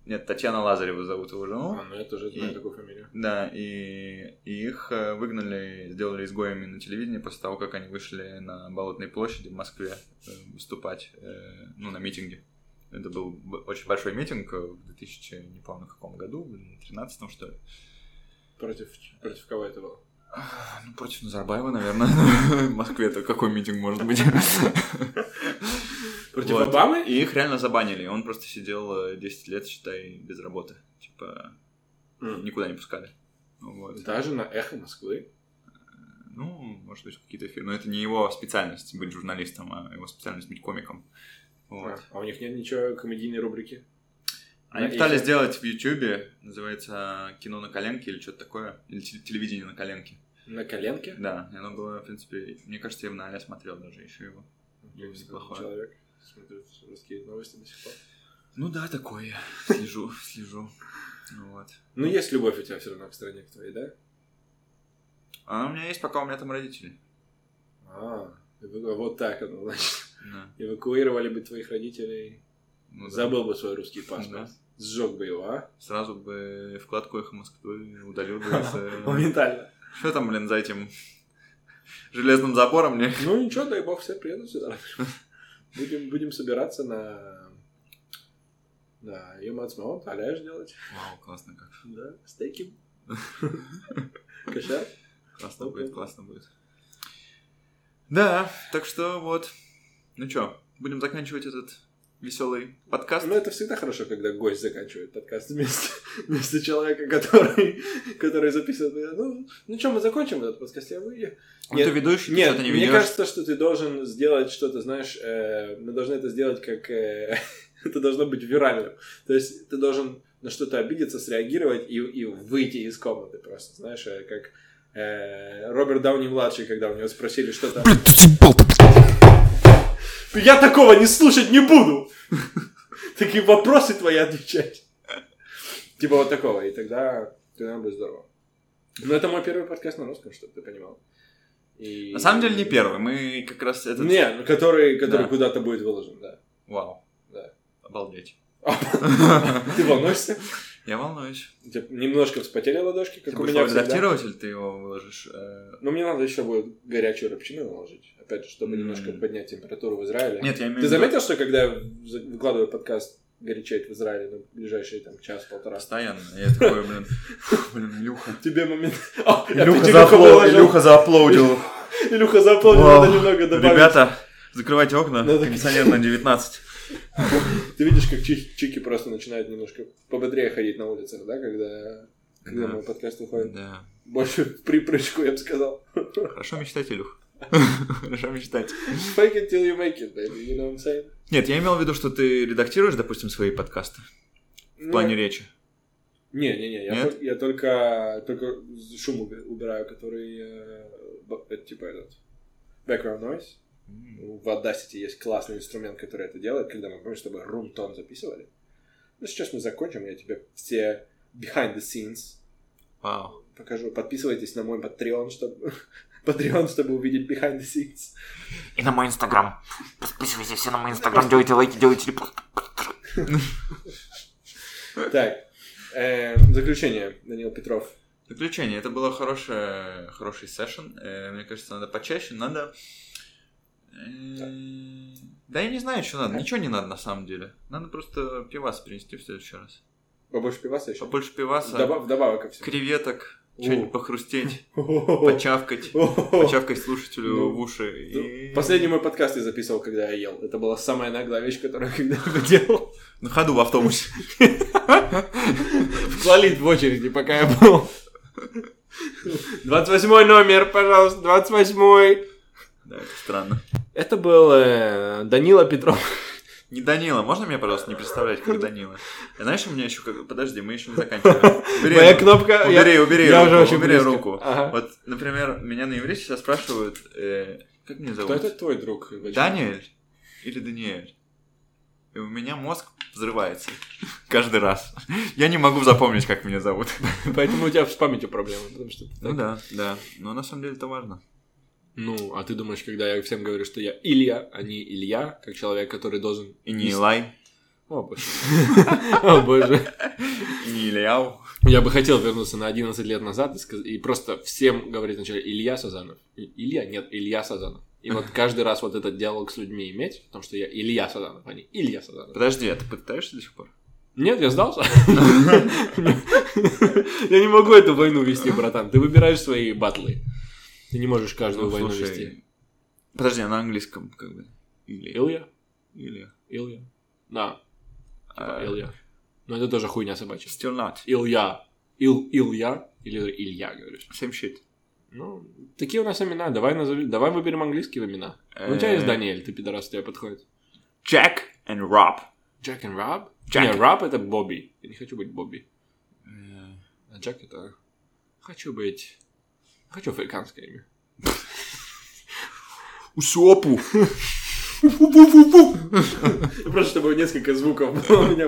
Нет, Татьяна Лазарева зовут его жену. А, ну я тоже знаю И- такую фамилию. Да, и, и их э, выгнали, сделали изгоями на телевидении после того, как они вышли на Болотной площади в Москве э, выступать, э, ну, на митинге. Это был б- очень большой митинг э, в 2000, не помню, каком году, в 13 что ли. Против, против кого это было? Ну, против Назарбаева, наверное. В Москве-то какой митинг может быть? Против Вот. Обамы? И их реально забанили. и Он просто сидел э, 10 лет, считай, без работы. Типа, М. никуда не пускали. Вот. Даже на эхо Москвы. Ну, может быть, какие-то эфиры. Но это не его специальность быть журналистом, а его специальность быть комиком. Вот. А у них нет ничего комедийной рубрики. Они Да, пытались если- сделать в Ютубе, называется кино на коленке или что-то такое, или теле- телевидение на коленке. На коленке? Да, и оно было, в принципе, мне кажется, я в Нале смотрел даже еще его. Ну, Неплохое. Человек смотрит русские новости до сих пор. Ну да, такое. я. Слежу, слежу. Ну Вот. Ну, есть любовь у тебя все равно к стране к твоей, да? А у меня есть, пока у меня там родители. А, эваку- вот так оно, значит. Да. Эвакуировали бы твоих родителей, Ну да. забыл бы свой русский паспорт, Да. сжег бы его, а? Сразу бы вкладку эхо Москвы удалил бы. из, э, Моментально. Что там, блин, за этим железным забором? Не? Ну ничего, дай бог, все приедут сюда. Будем, будем собираться на... На Юмацмаунт, аляж делать. Вау, классно как. Да, стейки. Кошер. Классно Ну, будет, да. классно будет. Да, так что вот. Ну чё, будем заканчивать этот веселый подкаст. Ну, это всегда хорошо, когда гость заканчивает подкаст вместо, вместо человека, который, который записывает. Ну, ну что, мы закончим этот подкаст? Я, вы- я- Ну, Нет, ты ведущий, ты Нет, что-то не мне ведёшь. кажется, что ты должен сделать что-то, знаешь, э, мы должны это сделать как... э, это должно быть виральным. То есть ты должен на что-то обидеться, среагировать и, и выйти из комнаты просто, знаешь, э, как э, Роберт Дауни-младший, когда у него спросили что-то... Я такого не слушать не буду! Такие вопросы твои отвечать. Типа вот такого, и тогда, тогда будет здорово. Но это мой первый подкаст на русском, чтобы ты понимал. И- На самом деле не первый, мы как раз этот... не, ну, который, который Да. куда-то будет выложен, да. Вау. Да. Обалдеть. Ты волнуешься? Я волнуюсь. У тебя Немножко вспотели ладошки, Ты как у будешь меня его всегда. редактировать или ты его выложишь? э? Но мне надо еще будет горячую рыбчину наложить. Опять же, чтобы М. немножко поднять температуру в Израиле. Нет, ну, я имею в Ты виду... заметил, что когда я за- выкладываю подкаст горячает в Израиле на ближайшие там час-полтора? Постоянно. Я такой, блин, фу, блин, Илюха. Тебе момент... А, я Илюха, Петя заапла- выложил. Илюха зааплодил. Илюха заполнил, Вау. надо немного добавить. Ребята, закрывайте окна, Надо- кондиционер на 19. Ты видишь, как чих- чики просто начинают немножко пободрее ходить на улицах, да, когда, когда Да. мой подкаст выходит? Да. Больше в припрыжку, я бы сказал. Хорошо мечтать, Илюх. Хорошо мечтать. Fake it till you make it, baby, you know what I'm saying? Нет, я имел в виду, что ты редактируешь, допустим, свои подкасты в плане речи. Не-не-не, я, Нет? тол- я только, только шум уби- убираю, который, э, б- это типа этот, background noise. Ну, В Audacity есть классный инструмент, который это делает, когда мы, помнишь, чтобы room тон записывали. Ну, сейчас мы закончим, я тебе все behind the scenes Вау. покажу. Подписывайтесь на мой Patreon, чтобы... Patreon, чтобы увидеть behind the scenes. и на мой инстаграм. Подписывайтесь все на мой инстаграм, делайте лайки, делайте репосты. Так, э, в заключение, Данил Петров. Заключение. Это было хорошее, хороший сессион. Э, Мне кажется, надо почаще. Надо... э, Да я не знаю, что надо. Ничего не надо на самом деле. Надо просто пивас принести в следующий раз. Побольше пиваса еще? Побольше пиваса, Вдобав- Вдобавок ко всему. креветок, У. что-нибудь похрустеть, О-хо-хо. почавкать. О-хо-хо. Почавкать слушателю Ну, в уши. и- Последний мой подкаст я записывал, когда я ел. Это была самая наглая вещь, которую я когда-либо делал. На ходу в автобусе. Валить в очереди, пока я был. 28 номер, пожалуйста, 28 Да, это странно. Это был э, Данила Петров. Не Данила, можно меня, пожалуйста, не представлять как Данила? А Знаешь, у меня еще как... Подожди, мы еще не заканчиваем. Убери Моя руку. кнопка... я- Убери, убери я руку, уже очень убери близко. руку. Ага. Вот, например, меня на иврите сейчас спрашивают, э, как меня Кто зовут? это твой друг? Даниэль или Даниэль? И у меня мозг взрывается каждый раз. Я не могу запомнить, как меня зовут. Поэтому у тебя с памятью проблемы, потому что... Ну да, да. Но на самом деле это важно. Ну, а ты думаешь, когда я всем говорю, что я Илья, а не Илья, как человек, который должен... И не Ис- Илай, О, боже. О, боже. и не Ильяу. Я бы хотел вернуться на 11 лет назад и, сказ- и просто всем говорить вначале Илья Сазанов. И- Илья, нет, Илья Сазанов. И вот каждый раз вот этот диалог с людьми иметь, потому что я Илья Сазанов, а не Илья Сазанов. Подожди, а ты пытаешься до сих пор? Нет, я сдался. Я не могу эту войну вести, братан. Ты выбираешь свои батлы. Ты не можешь каждую Ну, войну слушай, вести. Подожди, а на английском как бы. Или. Илья? Или. Илья. Да, а, Илья. Но это тоже хуйня собачья. Still not. Илья. Ил, Илья или Илья, говоришь. Same shit. Ну, такие у нас имена. Давай назови, давай выберем английские имена. Ну, у тебя есть Э, Даниэль, ты пидорас, тебе подходит. Jack and Rob. Джек и Раб? Джек. Не, Раб это Бобби. Я не хочу быть Бобби. Э, А Джек это... Хочу быть... Хочу африканское имя. Усопу. Просто чтобы несколько звуков было у меня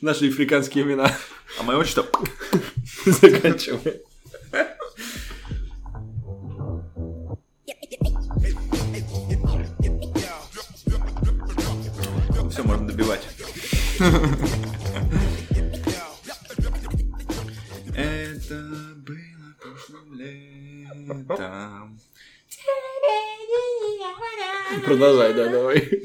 Наши африканские имена. А мое что? заканчиваем. Все, можно добивать. Это было прошлым летом. Продолжай, да, давай.